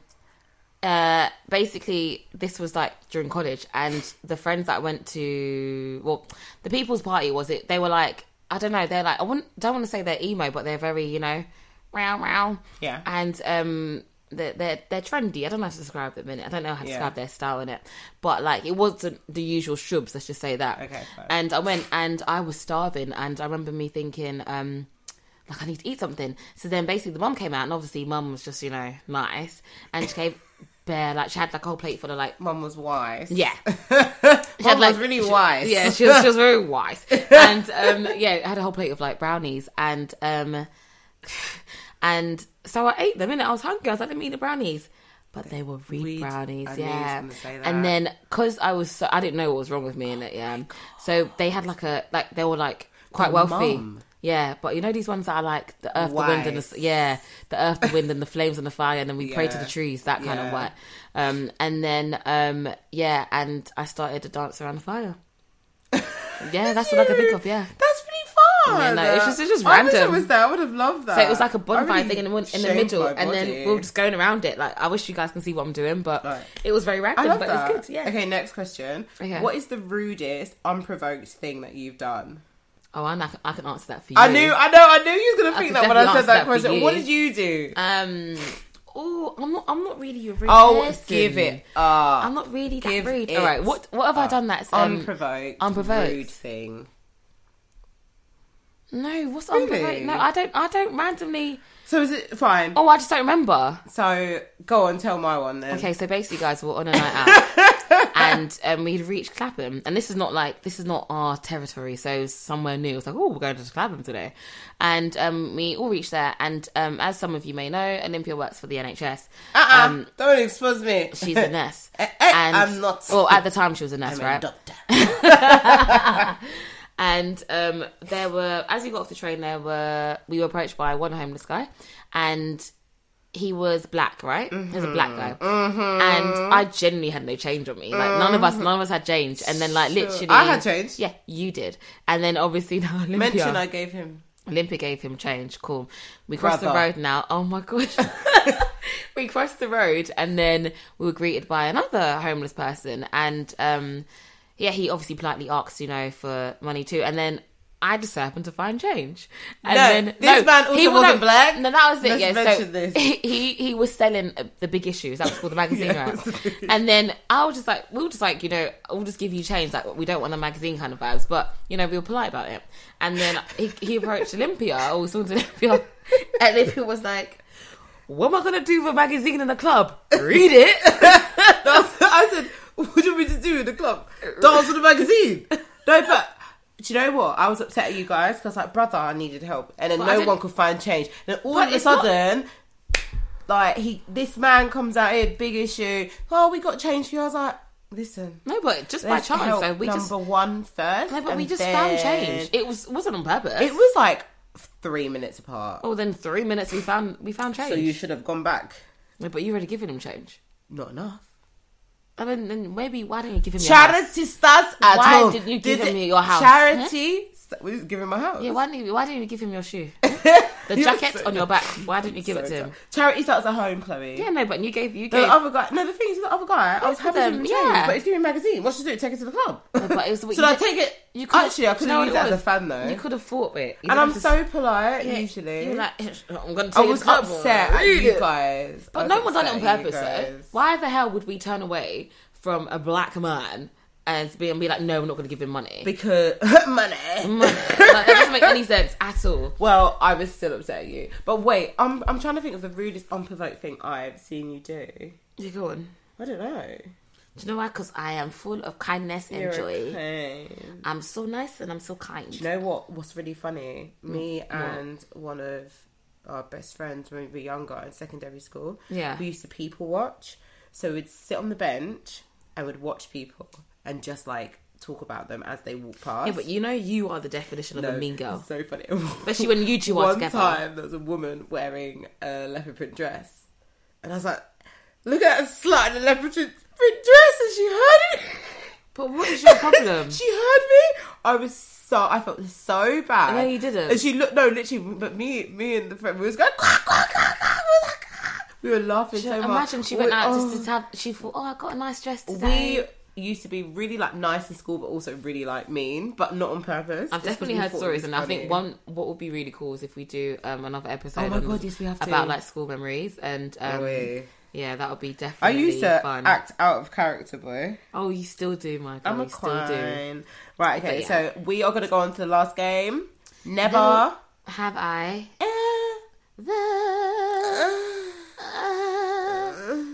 uh, basically this was like during college, and the friends that I went to, well, the people's party was it? They were like, I don't know. They're like, I want, don't want to say they're emo, but they're very, you know, round round
Yeah.
and um they're, they're they're trendy i don't know how to describe them in it i don't know how to
Yeah.
describe their style in it but like it wasn't the usual shrubs let's just say that
Okay, fine.
and i went and i was starving and i remember me thinking um like i need to eat something so then basically the mum came out and obviously mum was just you know nice and she gave bare like she had like a whole plate full of like
Mum was wise.
yeah
Mum
had,
was Oh, really
she-
wise.
Yeah, she was, she was very wise. And um, yeah, I had a whole plate of like brownies and um, and so I ate them and I was hungry. I was like, let me eat the brownies. But they were reed,
Reed-
brownies,
I knew you was
yeah.
gonna say that.
And then, cause I was, so, I didn't know what was wrong with me in it, yeah. So they had like a, like they were like quite
The
wealthy,
mum.
yeah. But you know these ones that are like the earth, the wind, and the s-
Wise.
yeah, the earth, the wind, and the flames and the fire, and then we pray to
Yeah.
the trees, that kind
Yeah.
of work. Um, and then, um, yeah, and I started to dance around the fire. Yeah, that's what I could think of. Yeah.
That's pretty fun.
Yeah, no, it's just- it's just
I wish I
random.
was there. I would have loved that.
So it was like a
Uh, I
bonfire
really
thing in the, in the
shamed
middle,
my
and then
body.
we were just going around it. Like, I wish you guys can see what I'm doing, but
Right.
it was very
I
random,
love
but
that.
it's good. Yeah.
Okay, next question.
Okay.
What is the rudest, unprovoked thing that you've done?
Oh, and I can, I can answer that for you.
I knew, I know, I knew you was gonna
I
think
could
that when I
definitely
said that
answer that for
question. What
you.
did you do?
Um. Oh, I'm not. I'm not really a rude
oh,
person.
give it up.
I'm not really that
Give
rude.
it Uh,
All right. What What have I done? That's um,
unprovoked,
unprovoked.
rude thing.
no. What's
Really?
unprovoked? No, I don't. I don't randomly.
So is it fine?
Oh, I just don't remember.
So go on, tell my one then.
Okay, so basically, guys, we're on a night out, and um, we had reached Clapham, and this is not like this is not our territory, so somewhere new. It was like, oh, we're going to Clapham today, and um, we all reached there. And um, as some of you may know, Olympia works for the NHS.
Uh-uh,
Um,
don't expose me.
she's a nurse,
Eh, eh, I'm not.
Well, at the time, she was a nurse,
I'm a
right?
doctor.
And um, there were, as we got off the train, there were we were approached by one homeless guy, and he was black, right? He was a black guy,
Mm-hmm.
and I genuinely had no change on me. Like none of us, none of us had change. And then, like literally,
I had change.
Yeah, you did. And then obviously now Olympia,
Mention I gave him.
Olympia gave him change. Cool. We crossed the
Brother.
road now. Oh my gosh. we crossed the road and then we were greeted by another homeless person. And um, yeah, he obviously politely asked, you know, for money too. And then I just happened to find change. And
No,
then
this man also
was-
wasn't black.
No, that was it.
Let's
yeah, so
mention this.
he he was selling uh, the big issues. That was called the magazine,
Yeah.
right? And then I was just like, we were just like, you know, we'll just give you change. Like we don't want the magazine kind of vibes, but you know, we were polite about it. And then he, he approached Olympia or someone to Olympia, and Olympia was like, "What am I gonna do with a magazine in the club? Read it."
I said, "What do you want me to do in the club? Dance with a magazine?" No, but do you know what? I was upset at you guys because, like, brother, I needed help, and then
But
no
I didn't-
one could find change. Then all
But
of a
it's not-
sudden, like, he this man comes out here, big issue. Oh, we got change for you. I was like, listen,
no, but just by
let's
chance,
help
though, we
number
just
one first.
no, but
and
we just
then-
found change. It was wasn't on purpose.
It was like three minutes apart,
oh, then three minutes we found we found change.
so you should have gone back.
No, but you already given him change.
Not enough.
I mean, then maybe why didn't you give him your house?
Charity starts at
Why
home.
didn't you
Did
give
it-
me your house?
Charity. St- we didn't give him my house.
Yeah, why didn't you, why didn't you give him your shoe? The
You're
jacket
so
on your back. Why didn't you give it
Sorry,
to him?
sorry. Charity starts at home, Chloe.
Yeah, no, but you gave you
The
gave.
other guy. No, the thing is, the other guy. I was
for
happy to
them,
him change,
yeah.
but it's giving magazine. What should I do? Take it to the club.
but it was-
Should
you
I
did-
take it?
you could've-
actually, I could
you know
have
what
used
it
that as a
was?
fan though.
You could have fought it. You
and
didn't
I'm
have to-
so polite
yeah,
usually.
You're like, I'm gonna. Take
I
you
was
to the club,
upset at
read
you
it."
guys. I
But
was
no one done it on
upset at you
purpose. Though.
guys.
Why the hell would we turn away from a black man and be and be like, no, we're not gonna give him money?
Because money.
money. Like, that doesn't make any sense at all.
Well, I was still upset at you. But wait, I'm I'm trying to think of the rudest, unprovoked thing I've seen you do.
You go on.
I don't know.
Do you know why? Because I am full of kindness and joy.
Okay.
I'm so nice and I'm so kind.
Do you know what? What's really funny?
Mm.
Me and one of our best friends when we were younger in secondary school.
Yeah.
we used to people watch. So we'd sit on the bench and would watch people and just like talk about them as they walk past.
Yeah, but you know you are the definition of a mean girl.
So funny.
Especially when you two are
One
together.
time there was a woman wearing a leopard print dress, and I was like, "Look at that slut in a leopard print print dress," and she heard it.
But what is your problem?
she heard me. I was so I felt so bad.
No, you didn't.
And she looked no, literally. But me, me and the friend, we was going. Quack, quack, quack, quack. We, was like, "Ah." We were laughing so much.
Imagine she went
We-
out
oh.
just to have. She thought, "Oh, I got a nice dress today."
We used to be really like nice in school, but also really like mean, but not on purpose. Just
I've
'cause
definitely
we
heard
thought it
stories,
was
and I
funny.
think one what would be really cool is if we do um, another episode.
Oh my
on-
God, yes, we have to.
about like school memories, and um,
way.
yeah, that would be
I
definitely.
used to
fun.
act out of character, boy.
Oh, you still do, Michael.
I'm a
you still do.
queen. Right, okay,
But yeah.
so we are going to go on to the last game. Never.
Never Have I?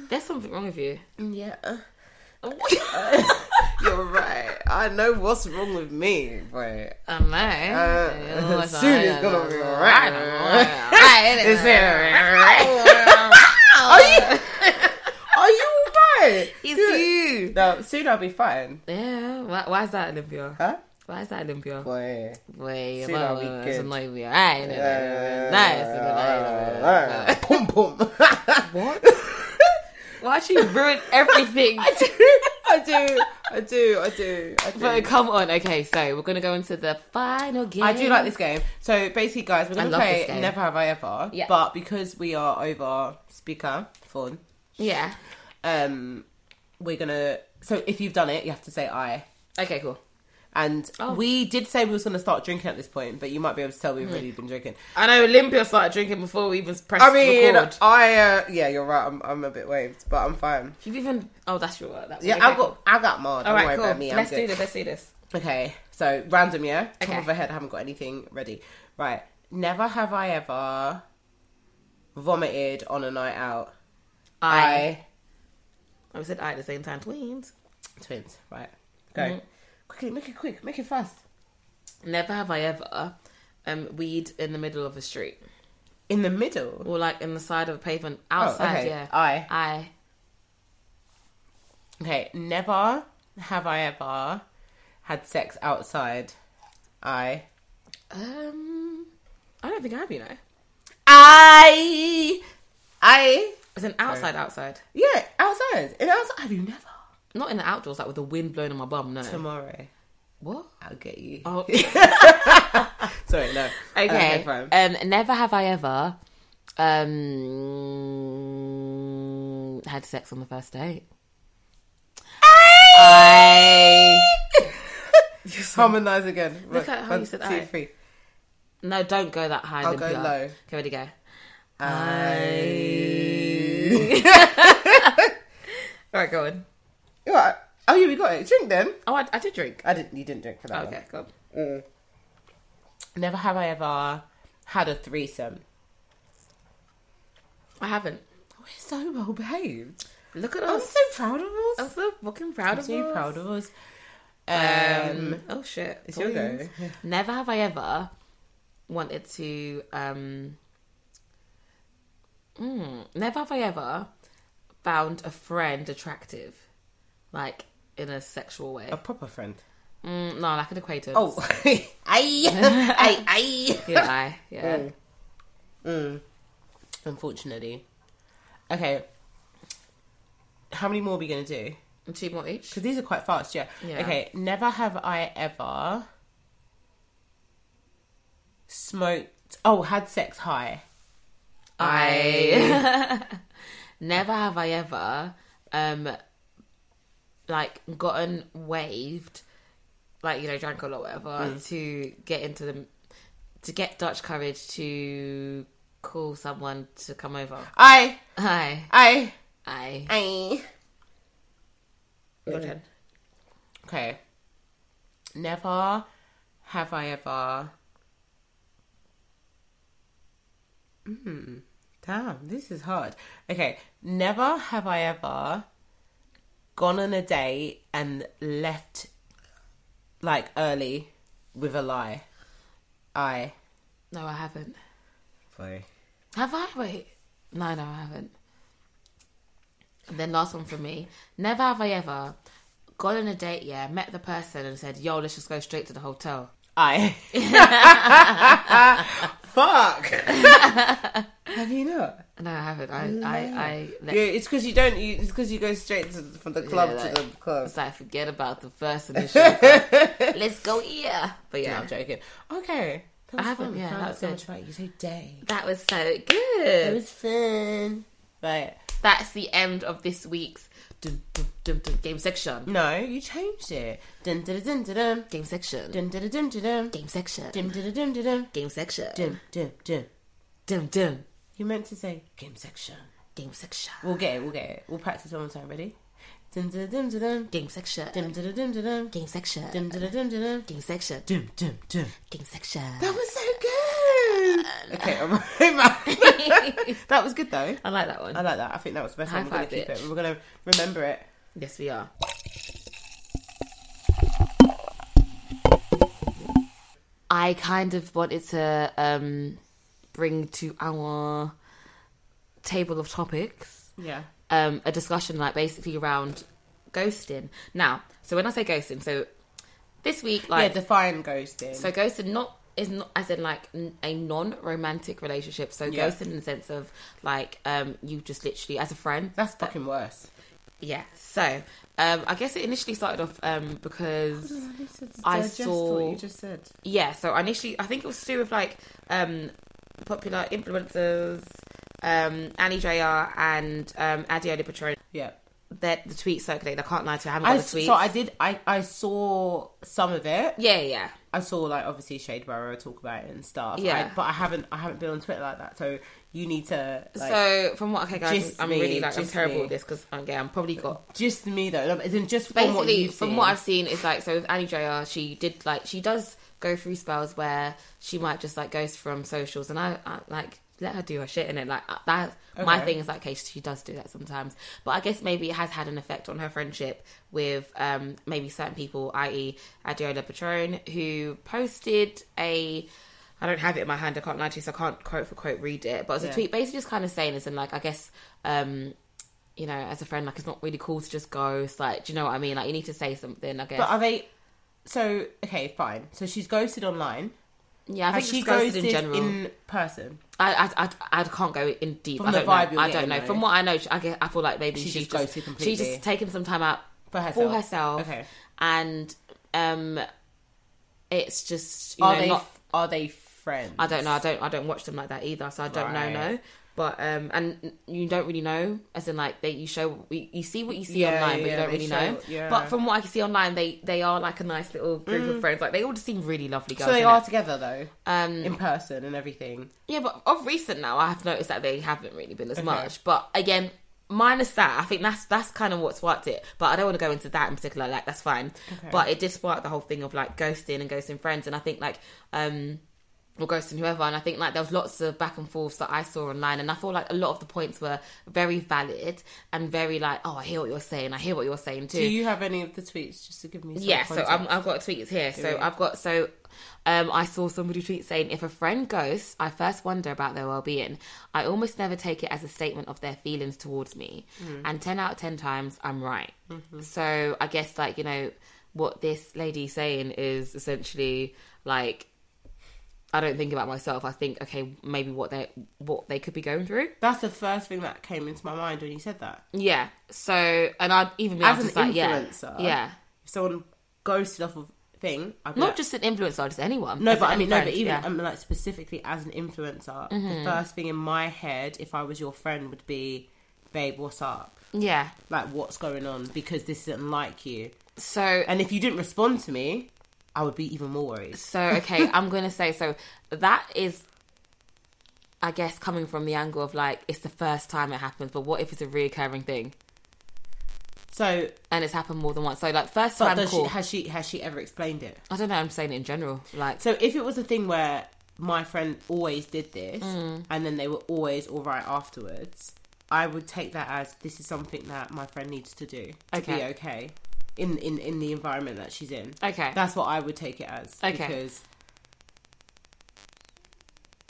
There's something wrong with you.
Eh. Yeah. You're right. I know what's wrong with me, but
I don't know.
Uh,
Oh,
soon it's gonna be alright.
It's
are you are you alright?
It's
Good.
you.
No, soon I'll be fine.
Yeah. Why, why is that Olympia?
Huh?
Why is that Olympia?
Boy.
Wait,
See,
well,
that'll be
well,
good.
it's annoying me. Alright, no, no, no, no, nice, no, no, no, no.
uh, Pum pum.
What? Why should you ruin everything?
I do. I do. I do. I do.
But come on, okay, so we're gonna go into the final game.
I do like this game. So basically, guys, we're gonna
love
play
this game.
Never Have I Ever.
Yeah.
But because we are over speaker phone,
Yeah.
um, we're gonna. So if you've done it, you have to say I.
Okay, cool.
And
Oh.
we did say we was gonna start drinking at this point, but you might be able to tell we've already been drinking.
I know Olympia started drinking before we even pressed
Hmm. I mean,
record.
I uh, yeah, you're right. I'm, I'm a bit waved, but I'm fine.
You've even oh, that's your word. That's
Yeah,
okay,
I
cool.
got I got more. Don't
All
worry
right,
about
cool.
me. I'm
Let's
good.
do this. Let's do this.
Okay, so random, yeah.
Okay.
Top of her head, I haven't got anything ready. Right, never have I ever vomited on a night out. I
I, I said I at the same time. Tweens.
Twins, right? Go.
Mm-hmm.
Quickly, make it quick, make it fast.
Never have I ever um, weed in the middle of a street
In the middle. Oh,
or like in the side of a pavement outside.
okay.
Yeah,
I.
Oh, I
Okay, never have I ever had sex outside. I.
um, I don't think I have. You know,
I. I.
it's an outside outside,
Yeah, outside. And outside. Have you never?
not in the outdoors like with the wind blowing on my bum. No,
Tomorrow.
what?
I'll get you.
Oh.
Sorry, no.
Okay.
fine.
um, never have I ever um had sex on the first date. I
Harmonise again. Look
at how you said I.
three.
no, don't go that high.
I'll
then
go
PR.
low.
Okay, ready, go.
I.
All right, go on.
You all right? Oh, yeah, we got it. Drink then.
Oh, I, I did drink.
I didn't. You didn't drink for that.
Okay, go. On. Mm.
One. Never have I ever had a threesome.
I haven't.
Oh, We're so well behaved.
Look at
I'm
us.
so proud of us.
I'm so fucking proud
I'm
of
so
you.
proud of us.
Um, oh shit.
It's your
Boys.
go.
Never have I ever wanted to um mm, never have I ever found a friend attractive. Like in a sexual way.
a proper friend.
Mm, no, like an acquaintance.
Oh, I, I, I.
Yeah, I, yeah.
Unfortunately. Okay. How many more are we going to do?
And Two more each.
Because these are quite fast, yeah.
Yeah.
Okay, never have I ever smoked. Oh, had sex high.
I never have I ever um like gotten waved like you know drank a lot whatever to get into the to get Dutch courage to call someone to come over.
I,
Hi.
I,
I
I.
your turn.
Okay. Never have I ever. Mm, damn, this is hard. Okay, never have I ever gone on a date and left like early with a lie. I.
No, I haven't.
Sorry.
Have I? Wait. No, no, I haven't. And then last one for me. Never have I ever gone on a date, yeah, met the person and said, yo, let's just go straight to the hotel.
I. Fuck. have you not?
No, I haven't. I, I, I, let-
Yeah, it's because you don't. You, it's because you go straight to, from the club
like-
to the club.
it's like forget about the first initial. but Let's go here. But
No,
yeah,
I'm joking. Okay. That was
I haven't,
fun.
yeah,
Found out
that's
so
it.
much about you. So day.
that was so good.
was fun. But
That's the end of this week's dun, dun, dun, dun, game section.
no, you changed it. Dun dun dun dun dun.
Game section.
Dun dun dun dun dun.
Game section.
Dun dun dun dun dun.
Game section.
Dun dun dun.
Dum dum.
You meant to say game section.
Game section.
We'll get it. We'll get it. We'll practice one more time. Ready? Dun dun dun dun dun.
Game section.
Dun dun dun dun dun.
Game section.
Dun dun dun dun dun.
Game section.
Dun dun dun.
Game section.
That was so good. Uh, Okay, I'm right. That was good though.
I like that
I
one.
like that. I think that was the best
High
one. We're gonna
five,
keep
bitch.
it. We're gonna remember it.
Yes, we are. I kind of wanted to um, bring to our table of topics
Yeah.
um, a discussion like basically around ghosting. Now, so when I say ghosting, so this week, like,
yeah, define ghosting.
so ghosting not is not as in like n- a non-romantic relationship. So
Yeah.
ghosting in the sense of like um, you just literally as a friend.
That's fucking worse.
Yeah. So um, I guess it initially started off um, because I digest saw- what you
just said.
yeah. So I initially I think it was to do with like um, popular influencers. Um, Annie Jr. and um, Adiola Patron,
Yeah.
that the tweet circulated. I can't lie to you, I haven't got
I,
the tweet.
so I did. I I saw some of it.
yeah, yeah.
I saw like obviously Shade Barrow talk about it and stuff.
Yeah.
I- but I haven't. I haven't been on Twitter like that. So you need to like
so from what okay guys,
gist
I'm
me,
really like I'm
gist
terrible
me.
at this because I'm gay. I'm probably got
just me though. No, Isn't just
basically
from what you've
from
seen.
what I've seen is like so with Annie Jr. She did like she does go through spells where she might just like ghost from socials, and I, I like let her do her shit in it. Like that, my
Okay.
thing is like, okay, she does do that sometimes, but I guess maybe it has had an effect on her friendship with um, maybe certain people, i.e., Adiola Patron, who posted a. I don't have it in my hand. I can't lie to you, so I can't quote for quote read it. But it was
Yeah.
a tweet basically just kind of saying this, and like I guess. Um, you know, as a friend, like it's not really cool to just ghost. Like, do you know what I mean? Like, you need to say something. I guess.
But are they? So okay, fine. So she's ghosted online.
yeah, I
Has
think
she
she ghosted,
ghosted
in general.
in person?
I, I, I, I can't go in deep.
From
I
the
don't
vibe
know.
you're
I don't
getting,
know.
though.
From what I know, she- I, get, I feel like maybe
She
she
just
just,
ghosted completely.
She's just taken some time out
For herself.
for herself.
Okay.
And um, it's just you
Are
know
they?
not.
are they friends?
I don't know. I don't. I don't watch them like that either. So I don't
Right.
know. No. But um, and you don't really know, as in like they you show you you see what you see
Yeah,
online, but
yeah,
you don't
they
really
show-
know.
yeah. Mm.
But from what I can see online, they they are like a nice little group of friends. Like they all just seem really lovely girls.
So they
innit?
are together though,
Um,
in person and everything.
Yeah, but of recent now, I have noticed that they haven't really been as much. But again, minus that, I think that's that's kind of what sparked it. But I don't want to go into that in particular. Like that's fine. But it did spark the whole thing of like ghosting and ghosting friends, and I think like um or ghosting whoever. And I think like there was lots of back and forths that I saw online, and I feel like a lot of the points were very valid and very like, oh, I hear what you're saying. I hear what you're saying too
Do you have any of the tweets just to give me? Some
yeah so
context?
I'm, i've got tweets here so
we?
i've got so um, i saw somebody tweet saying if a friend ghosts i first wonder about their well-being i almost never take it as a statement of their feelings towards me
Mm.
and 10 out of 10 times i'm right
Mm-hmm.
so i guess like you know what this lady's saying is essentially like i don't think about myself i think okay maybe what they what they could be going through
That's the first thing that came into my mind when you said that.
yeah so and i'd even be
As
honest,
an
like yeah
influencer,
yeah
If someone ghosted off of thing, I'd be
not
like,
just an influencer just anyone
No,
Just
but I
any
mean, no, but
friend,
even
yeah. Mm-hmm.
I mean, like specifically as an influencer, the first thing in my head, if I was your friend, would be, "Babe, what's up?
Yeah.
Like, what's going on? Because this isn't like you."
So and
And if you didn't respond to me, I would be even more worried.
so okay, I'm going to say so that is I guess coming from the angle of like it's the first time it happens, but what if it's a reoccurring thing
So,
and it's happened more than once? So like first
but
time
does she,
call.
has she has she ever explained it?
I don't know. I'm saying it in general. Like
So, if it was a thing where my friend always did this,
Mm.
and then they were always all right afterwards, I would take that as this is something that my friend needs to do to be
Okay.
okay in in in the environment that she's in.
okay,
That's what I would take it as.
Okay.
Because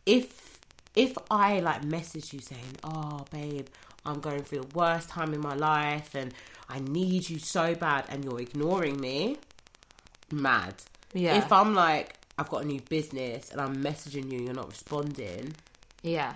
if if I like message you saying, "Oh, babe, I'm going through the worst time in my life, and I need you so bad," and you're ignoring me, mad.
Yeah.
If I'm like, I've got a new business and I'm messaging you, you're not responding.
yeah,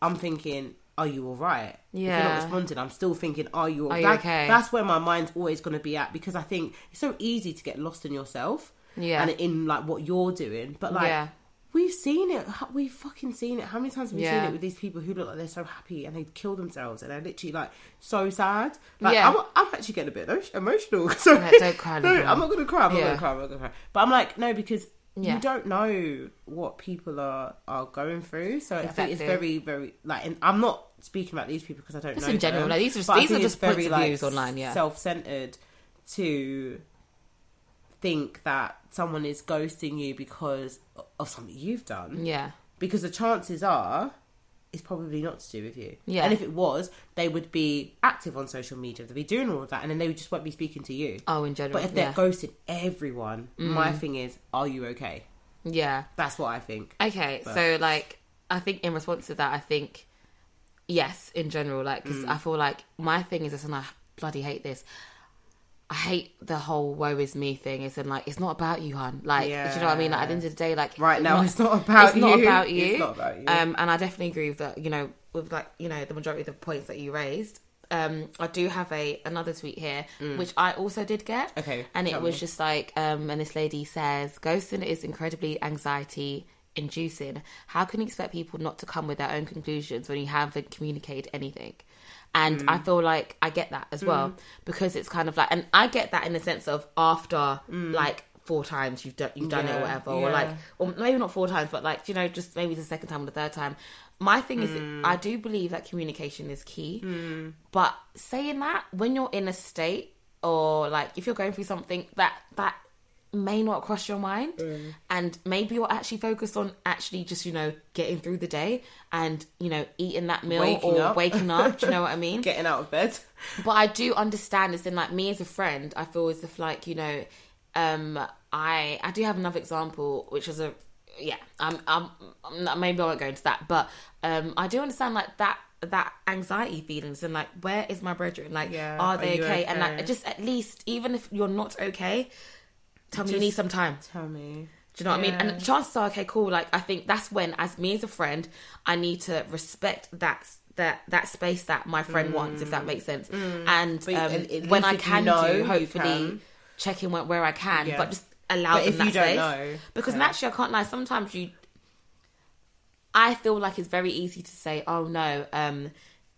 I'm thinking, are you all right? If you're
Yeah.
not responding, I'm still thinking, are you all
Are you okay?
That's where my mind's always going to be at because I think it's so easy to get lost in yourself.
Yeah.
And in like what you're doing. But like,
Yeah.
we've seen it. Ho- We've fucking seen it. How many times have we
Yeah.
seen it with these people who look like they're so happy and they kill themselves and they're literally like so sad? Like,
Yeah.
I'm, I'm actually getting a bit emo- emotional. So,
Yeah, don't cry,
no,
Lauren.
I'm not going to cry. I'm not
Yeah.
going to cry. I'm not going to cry. But I'm like, no, because.
Yeah.
You don't know what people are are going through, so I think it's very,
Exactly.
very like. And I'm not speaking about these people because I don't
Just
know
in general,
them,
like, these are-
but I
these
think
are
it's
just points of views online, yeah.
self-centered to think that someone is ghosting you because of something you've done.
yeah,
Because the chances are, it's probably not to do with you.
Yeah.
And if it was, they would be active on social media. They'd be doing all of that, and then they would just won't be speaking to you.
oh in general,
But if they're
yeah,
ghosting everyone, my thing is, are you okay?
yeah.
That's what I think.
Okay,
But-
so like I think in response to that, I think yes, in general, like
Mm.
'cause I feel like my thing is this, and I bloody hate this. I hate the whole "woe is me" thing. It's in like it's not about you, hun. Like do you know what I mean? Like at the end of the day, like
Right now, it's not about
It's not
you.
about you.
It's not about you.
Um, and I definitely agree with that. You know, with like you know the majority of the points that you raised. Um, I do have a another tweet here, which I also did get.
Mm. Okay,
and it
tell
was
me.
just like, um, and this lady says, ghosting is incredibly anxiety inducing. How can you expect people not to come with their own conclusions when you haven't communicated anything? And I
Mm.
feel like I get that as well because it's kind of like, and I get that in the sense of after like four times you've done you've done it
Mm. Yeah,
or whatever, or
yeah.
like or maybe not four times, but like you know, just maybe the second time or the third time. My thing
Hmm.
is, I do believe that communication is key. But saying that when you're in a state or like if you're going through something that that may not cross your mind
Hmm.
and maybe you're actually focused on actually just you know getting through the day and you know eating that meal
Waking
or
up.
waking up do you know what i mean
Getting out of bed.
but I do understand as in like me as a friend, I feel as if like, you know, um I I do have another example which is a yeah, I'm I'm, I'm not- maybe I won't go into that, but um I do understand like that that anxiety feelings and like where is my brethren? Like
Yeah,
are
are
they
you
okay? And
okay?
like just at least even if you're not okay, tell me you
Just-
need some time.
Tell me.
Do you know what I mean?
Yeah.
And chances are, okay, cool. Like I think that's when, as me as a friend, I need to respect that that that space that my friend wants, if that makes sense. And
Mm. But at- at
um, when
least
I
if you
can
know,
do,
you
hopefully,
can.
check in where, where I can,
Yeah.
but just allow
But
them
if
that
you don't
space.
know,
because
yeah.
naturally, I can't lie. Sometimes you, I feel like it's very easy to say, "Oh no," um,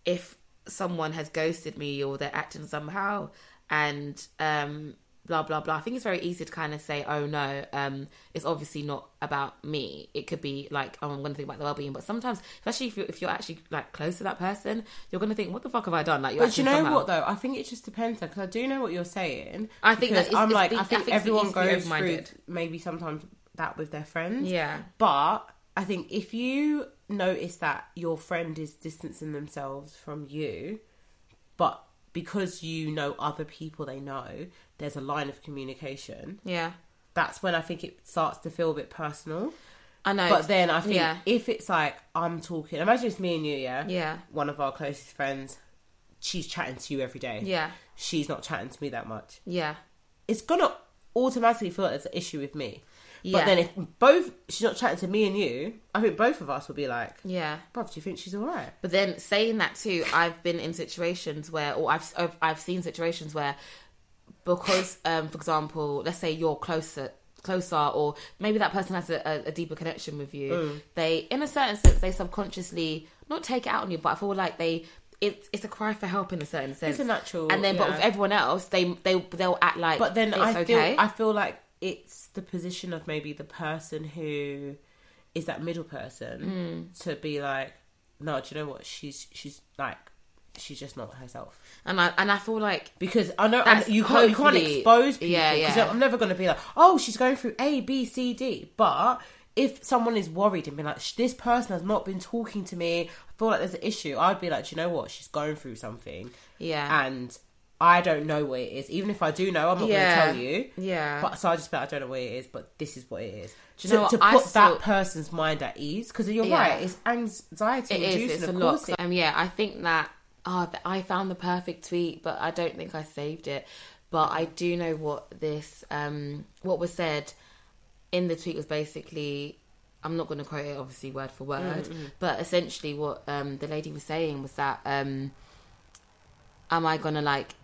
if someone has ghosted me or they're acting somehow, and um, blah blah blah. I think it's very easy to kind of say, "Oh no," um, it's obviously not about me. It could be like, "Oh, I'm going to think about the well-being," but sometimes, especially if you're, if you're actually like close to that person, you're going to think, "What the fuck have I done?" Like, you're
But you
acting
know
somehow.
what though? I think it just depends because I do know what you're saying.
I think
because
that it's-
I'm
it's
like
be-
I
I
think
think it's be
everyone
easy to be
goes through
open-minded.
maybe sometimes that with their friends.
Yeah.
But I think if you notice that your friend is distancing themselves from you, but because you know other people they know, there's a line of communication.
Yeah,
That's when I think it starts to feel a bit personal.
I know.
But then I think
yeah.
if it's like I'm talking, imagine it's me and you, yeah,
Yeah.
one of our closest friends. She's chatting to you every day.
Yeah.
she's not chatting to me that much.
yeah.
It's gonna automatically feel like there's an issue with me.
Yeah.
But then if both she's not chatting to me and you, I think both of us will be like,
Yeah.
"Bruv, do you think she's alright?"
But then saying that too, I've been in situations where, or I've I've, I've seen situations where, because, um, for example, let's say you're closer closer or maybe that person has a, a, a deeper connection with you
Mm.
they in a certain sense they subconsciously not take it out on you but i feel like they it, it's a cry for help in a certain sense
a natural,
and then but
yeah.
with everyone else they they they'll act like
But then
it's
I feel
okay
I feel like it's the position of maybe the person who is that middle person
Mm.
to be like, "No, do you know what? She's she's like she's just not herself."
and i and i feel like
because I know
That's
I- you can't, you can't
hopefully-
expose people.
yeah,
'cause
yeah.
I'm never going to be like, oh, she's going through A, B, C, D. But if someone is worried and being like, "Sh- this person has not been talking to me, I feel like there's an issue, I'd be like, "Do you know what? She's going through something.
yeah
And I don't know what it is. Even if I do know, I'm not
Yeah.
going to tell you.
yeah
But so I just feel like I don't know what it is, but this is what it is.
Do you
to,
know what?
to
I
put
still-
that person's mind at ease, because you're
Yeah.
right, it's anxiety
It
inducing.
is. It's a
of
lot.
course it
um, yeah, I think that. ah, th- I found the perfect tweet, but I don't think I saved it. But I do know what this, um, what was said in the tweet was basically. I'm not going to quote it, obviously, word for word,
Mm,
but essentially what um, the lady was saying was that. Um, am I gonna like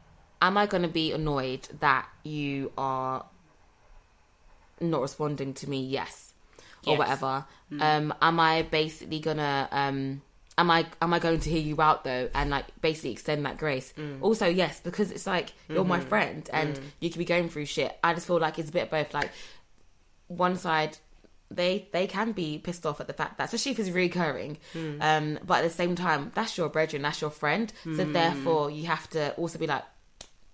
am I gonna be annoyed that you are not responding to me yes or
Yes.
whatever um am I basically gonna um am I am I going to hear you out though and like basically extend that grace also yes because it's like you're my friend and you could be going through shit I just feel like it's a bit of both like one side they they can be pissed off at the fact that especially if it's recurring
Hmm.
um but at the same time that's your brethren that's your friend so
Hmm.
therefore you have to also be like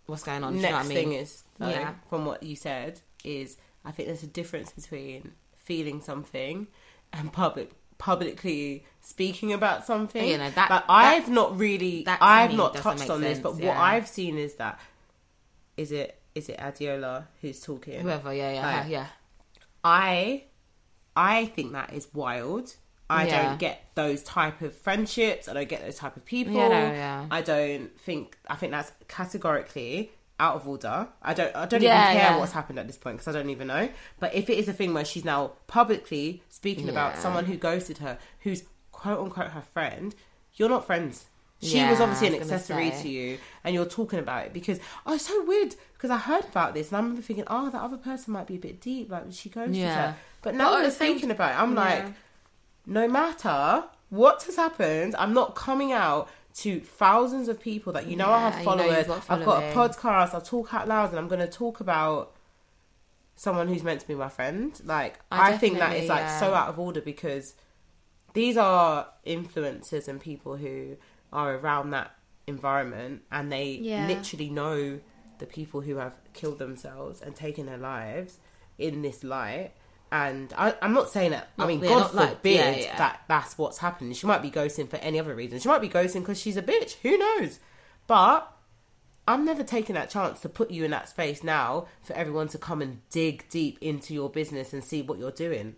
what's going on Do you know what
next
I mean?
thing is though,
Yeah.
from what you said is i think there's a difference between feeling something and public publicly speaking about something
Oh, You know, that-
but i've not really
that to
i've
me
not
doesn't
touched
make
on this
sense,
but what
yeah.
i've seen is that is it is it adiola who's talking
whoever yeah yeah
Like,
yeah
I I think that is wild. I
Yeah.
don't get those type of friendships. I don't get those type of people.
Yeah, no, yeah.
I don't think. I think that's categorically out of order. I don't. I don't
Yeah,
even care
yeah.
what's happened at this point because I don't even know. But if it is a thing where she's now publicly speaking about
Yeah.
someone who ghosted her, who's quote unquote her friend, you're not friends. She
Yeah,
was obviously
I
an
was gonna
accessory
say.
to you, and you're talking about it because oh, it's so weird. Because I heard about this, and I remember thinking, oh, that other person might be a bit deep. Like she goes
Yeah.
yeah. But now
But
that
at
we're
the same-
thinking about it, I'm
Yeah.
like, no matter what has happened, I'm not coming out to thousands of people that you know I
Yeah,
have
you know you've
followers.
got
I've got a
following.
podcast. I talk out loud, and I'm going to talk about someone who's meant to be my friend. Like
I
I, think that is
definitely,
like
yeah.
so out of order because these are influencers and people who are around that environment, and they
Yeah.
literally know the people who have killed themselves and taken their lives in this light. And I, I'm not saying that. I
Not-
mean,
yeah,
God
not like-
forbid
yeah, yeah.
that that's what's happening. She might be ghosting for any other reason. She might be ghosting because she's a bitch. Who knows? But I'm never taking that chance to put you in that space now for everyone to come and dig deep into your business and see what you're doing.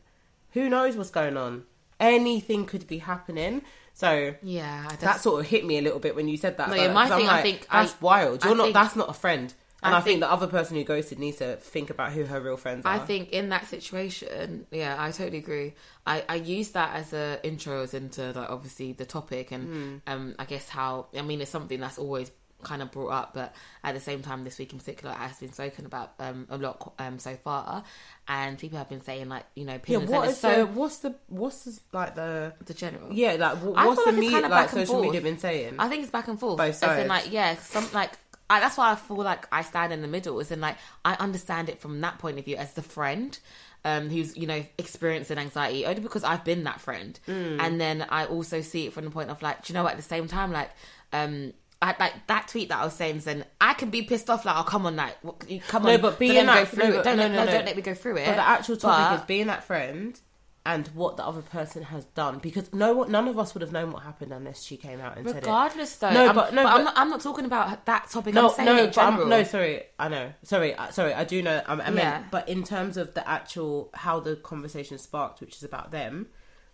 Who knows what's going on? Anything could be happening. So
Yeah, I
that sort of hit me a little bit when you said that.
No,
about
yeah,
it,
my
'cause I'm
thing, I
like,
think
that's
I-
wild.
I
You're not.
think-
that's not a friend. And
I
I, think,
think-
the other person who ghosted needs to think about who her real friends are.
I think in that situation, yeah, I totally agree. I, I use that as a intro as into like obviously the topic
Hmm.
and um I guess how I mean it's something that's always kind of brought up, but at the same time this week in particular it has been spoken about um a lot um so far, and people have been saying like you know
yeah.
opinions
What
and
is
it's
the?
so
What's the? What's the, like the?
the general
Yeah, like wh-
I
what's the
feel like it's
media, like
kinda back and
social media
forth.
been saying?
I think it's back and forth.
Both
As in,
sides.
like, yeah, some like I, that's why I feel like I stand in the middle. Is in like I understand it from that point of view as the friend. Um, who's you know experiencing anxiety only because I've been that friend,
Mm.
and then I also see it from the point of like, do you know what? At the same time, like, um, I like that tweet that I was saying, then I can be pissed off. Like, oh come on, like, what, come
No,
on,
but
so
being
let me go
that-
through
no,
it.
but-
Don't
no,
let,
no, no.
don't let me go through it.
But the actual topic
But-
is being that friend and what the other person has done because no one, none of us would have known what happened unless she came out and said
Regardless, though,
No,
I'm,
but- no,
I'm
but-
not. I'm not talking about that topic.
it. No,
I'm saying
no,
in
but I'm-
general.
no. Sorry, I know. Sorry, I- sorry. I do know. I, I mean,
Yeah.
but in terms of the actual how the conversation sparked, which is about them,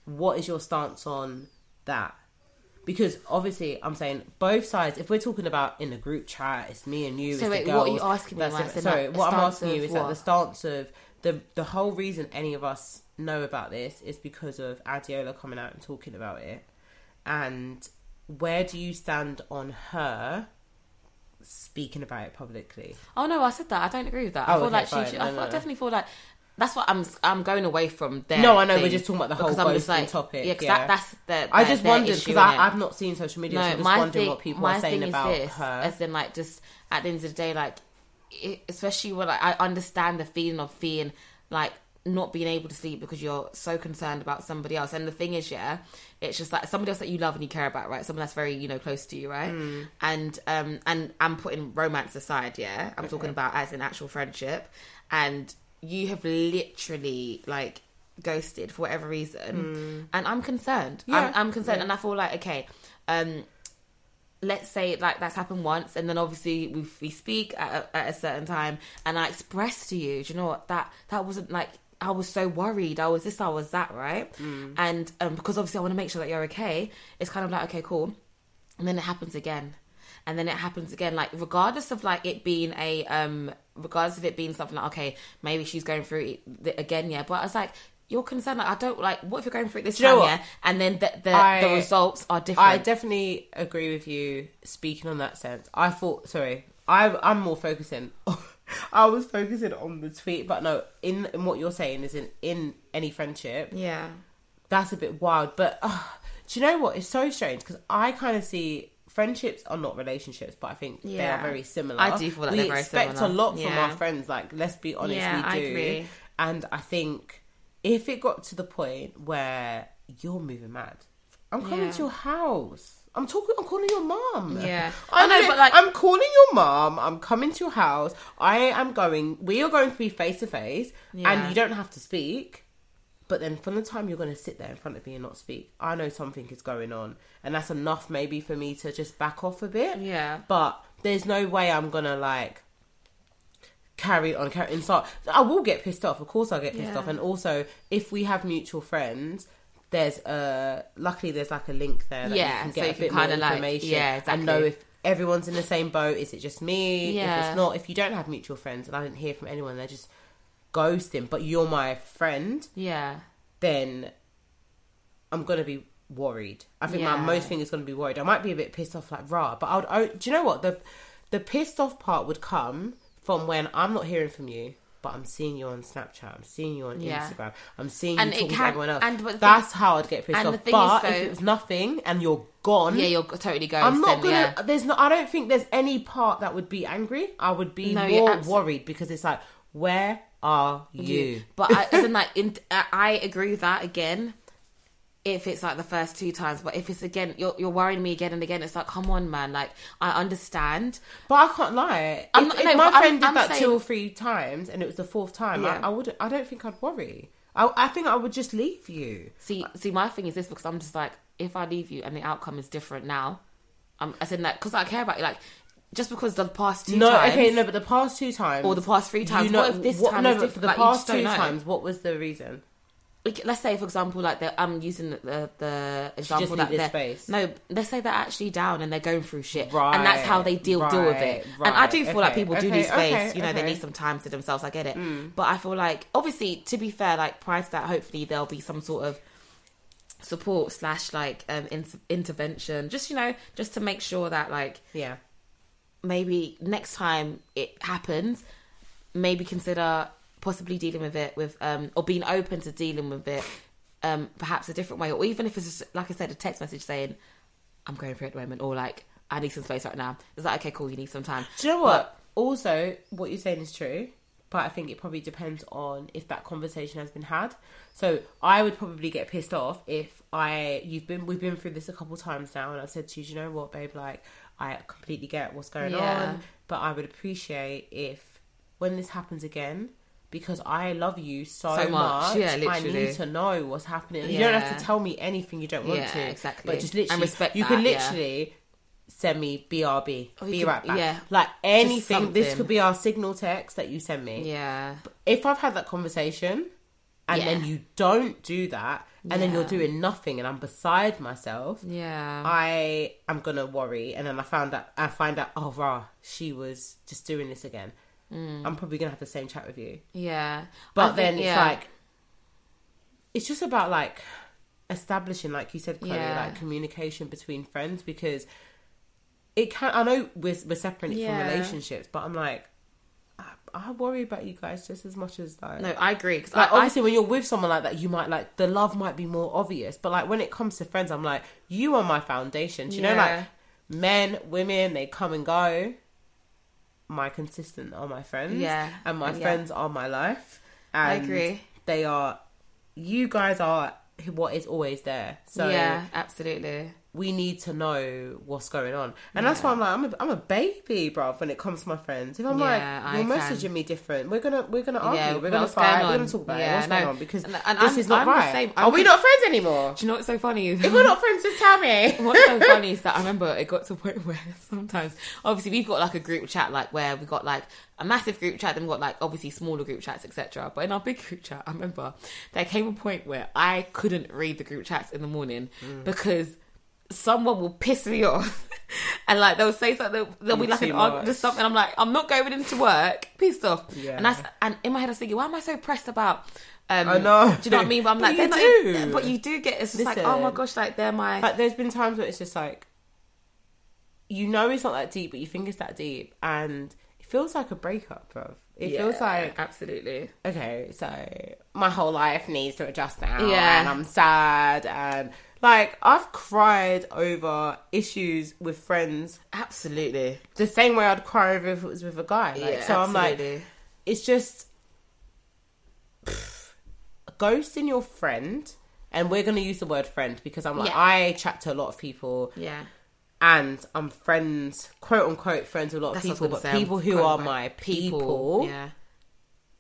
what is your stance on that? Because obviously, I'm saying both sides. If we're talking about in a group chat, it's me and you.
So
it's
wait,
the
what
girls,
are you asking me,
that's
like,
it.
so
sorry,
that
what I'm
stance
asking you
of
is that
what?
the stance of the the whole reason any of us know about this is because of Adiola coming out and talking about it. And where do you stand on her speaking about it publicly?
Oh no, I said that. I don't agree with that. I
Oh,
feel
okay,
like
fine.
she. should
No,
I,
no,
feel, I
no.
definitely feel like that's what I'm. I'm going away from there.
No, I know, we're just talking about the whole
because I'm just
ghosting
like,
topic,
Yeah, 'cause
yeah.
That, that's the.
I
their-
just
their
wondered
issue,
because I
innit?
I've not seen social media, so I'm just wondering what people
my
are saying
thing is
about
this,
her.
As in, like, just at the end of the day, like, it, especially when like, I understand the feeling of being like not being able to sleep because you're so concerned about somebody else. And the thing is, yeah, it's just like somebody else that you love and you care about, right? Someone that's very you know close to you, right?
Mm.
And um and I'm putting romance aside, yeah. I'm talking about as an actual friendship, and you have literally like ghosted for whatever reason and i'm concerned
Mm. Yeah.
I'm, I'm concerned and i feel like okay um let's say like that's happened once and then obviously we, we speak at a, at a certain time and i express to you do you know what that that wasn't like i was so worried i was this i was that right
Mm.
and um because obviously i want to make sure that you're okay it's kind of like okay cool and then it happens again and then it happens again like regardless of like it being a um regardless of it being something like okay maybe she's going through it th- again yeah but i was like you're concerned like, i don't like what if you're going through it this
Do you know
time
what?
yeah and then the the, the
I-
results are different
I definitely agree with you speaking on that sense. I thought, sorry, I, I'm more focusing. I was focusing on the tweet, but no, in, in what you're saying is in, in any friendship,
yeah
that's a bit wild. But uh, do you know what? It's so strange because I kind of see friendships are not relationships, but I think they
Yeah.
are very similar.
I do feel like
we
they're very
expect
similar.
a lot from
Yeah.
our friends. Like, let's be honest,
Yeah, I
we do.
agree.
And I think if it got to the point where you're moving mad, I'm coming
Yeah.
to your house. I'm talking. I'm calling your mom.
Yeah.
I
I know,
know,
but, like-
I'm calling your mom. I'm coming to your house. I am going. We are going to be face to face,
Yeah.
and you don't have to speak. But then from the time you're going to sit there in front of me and not speak, I know something is going on. And that's enough maybe for me to just back off a bit.
Yeah.
But there's no way I'm going to like carry on carry insult. I will get pissed off. Of course I'll get pissed
Yeah.
off. And also if we have mutual friends, there's a luckily there's like a link there that
Yeah,
you can
so
get
you
a
can
bit more
kinda, like-
information
yeah,
and know
exactly.
if everyone's in the same boat. Is it just me? If
Yeah.
it's not, if you don't have mutual friends and I didn't hear from anyone, they're just ghosting. But you're my friend
yeah
then I'm gonna be worried. I think
Yeah.
my most thing is gonna be worried. I might be a bit pissed off, like rah, but I would. I, do you know what the the pissed off part would come from when I'm not hearing from you, but I'm seeing you on Snapchat, I'm seeing you on
Yeah.
Instagram, I'm seeing
And
you
it
talking
can-
to everyone else.
and but the
that's how I'd get pissed
and the
off.
thing is,
But
though-
if it was nothing and you're gone,
yeah you're totally going
I'm not
then,
gonna.
yeah.
There's no. I don't think there's any part that would be angry. I would be
No, you're
more
abso-
worried because it's like, where are you?
But I, isn't like in, I I agree with that again. if it's like the first two times, but if it's again, you're you're worrying me again and again. It's like, come on, man. Like I understand.
But I can't lie.
I'm
if,
not-
if
no,
my
but I'm-
friend did
I'm
that
saying-
two or three times, and it was the fourth time,
Yeah.
I, I would. I don't think I'd worry. I, I think I would just leave you.
See, see, my thing is this because I'm just like, if I leave you and the outcome is different now, I'm I said that because I care about you. Like just because the past two
no,
times,
okay, no, but the past two times,
or the past three times,
you know,
what if this
what-
time
no,
is
but for
different?
the
Like, you just
past
don't
two
know.
times, what was the reason?
Like, let's say for example like they're i'm using the the, the example that
needed
they're
space.
no let's say they're actually down and they're going through shit and that's how they
Right,
deal deal with
right,
it and i
right.
do feel like
Okay,
people do
okay,
need space
okay,
you know
okay.
they
Hmm.
need some time to themselves i get it but i feel like obviously to be fair like prior to that hopefully there'll be some sort of support slash like um in- intervention just you know just to make sure that like
Yeah.
maybe next time it happens, maybe consider possibly dealing with it with um or being open to dealing with it um perhaps a different way or even if it's just like I said a text message saying I'm going through it at the moment or like I need some space right now. Is that okay? Cool. You need some time.
Do you know what? also, what you're saying is true, but I think it probably depends on if that conversation has been had. So I would probably get pissed off if I you've been we've been through this a couple times now, and I've said to you, "Do you know what, babe? Like, I completely get what's going
Yeah.
on, but I would appreciate if when this happens again." Because I love you so,
So much.
much,
Yeah,
I
literally.
need to know what's happening. You don't have
Yeah.
to tell me anything you don't want
Yeah,
to.
exactly.
But just
And
literally,
respect
you
that,
can
yeah.
literally send me BRB,
Or Oh, you
be
can-
right back.
yeah.
Like anything. This
something.
could be our signal text that you send me.
Yeah.
If I've had that conversation and
Yeah.
then you don't do that and then you're
Yeah.
doing nothing and I'm beside myself,
Yeah.
I am gonna worry and then I found out I find out, oh rah, she was just doing this again.
Mm.
I'm probably gonna have the same chat with you.
yeah.
But
I think-
then it's
yeah.
like it's just about like establishing, like you said, Chloe,
Yeah.
like communication between friends because it can. I know we're we're separating
Yeah.
from relationships, but I'm like, I, I worry about you guys just as much as like.
no, I agree. 'cause,
Like
like, I
obviously, when you're with someone like that, you might like the love might be more obvious. But like when it comes to friends, I'm like, you are my foundation. Do you know,
Yeah.
like men, women, they come and go. My consistent are my friends,
Yeah.
and my
Yeah.
friends are my life. And
I agree.
They are. You guys are what is always there. So
yeah, absolutely.
we need to know what's going on. And that's why I'm like, I'm a, I'm a baby, bruv, when it comes to my friends. If I'm
Yeah, I
like, you're
can.
messaging me different, we're gonna we're gonna argue,
Yeah,
we're
but
gonna
what's going
fight, we're
on?
gonna talk about
Yeah,
it, what's
no.
going on because
And- and
this
I'm-
is not
I'm the
right.
same.
Are
I'm
we
the-
not friends anymore?
Do you know what's so funny?
if we're not friends, just tell me.
What's so funny is that I remember it got to a point where sometimes, obviously, we've got like a group chat, like where we got like a massive group chat, then we got like obviously smaller group chats, etc. But in our big group chat, I remember there came a point where I couldn't read the group chats in the morning
Mm.
because someone will piss me off. And like they'll say something, they'll be like an
Too
argument,
much.
just something. I'm like, I'm not going into work, pissed off.
Yeah.
And I, s- and in my head I was thinking, why am I so pressed about? Um,
I know.
Do you know what I mean? But I'm
But
like,
you
they're not.
do.
But you do get it's just like, oh my
Listen.
gosh, like they're my.
Like, there's been times where it's just like, you know, it's not that deep, but you think it's that deep, and it feels like a breakup, bruv. It feels like
absolutely
okay, so my whole life needs to adjust now.
Yeah.
And I'm sad. And like, I've cried over issues with friends
absolutely
the same way I'd cry over if it was with a guy. Like,
yeah
so I'm like,
absolutely.
it's just pff, ghosting your friend. And we're going to use the word friend because I'm like,
Yeah.
I chat to a lot of people
yeah
and I'm friends, quote unquote, friends with a lot
That's
of
what I
people,
was
but
gonna say,
people who
quote,
are
unquote,
my people
yeah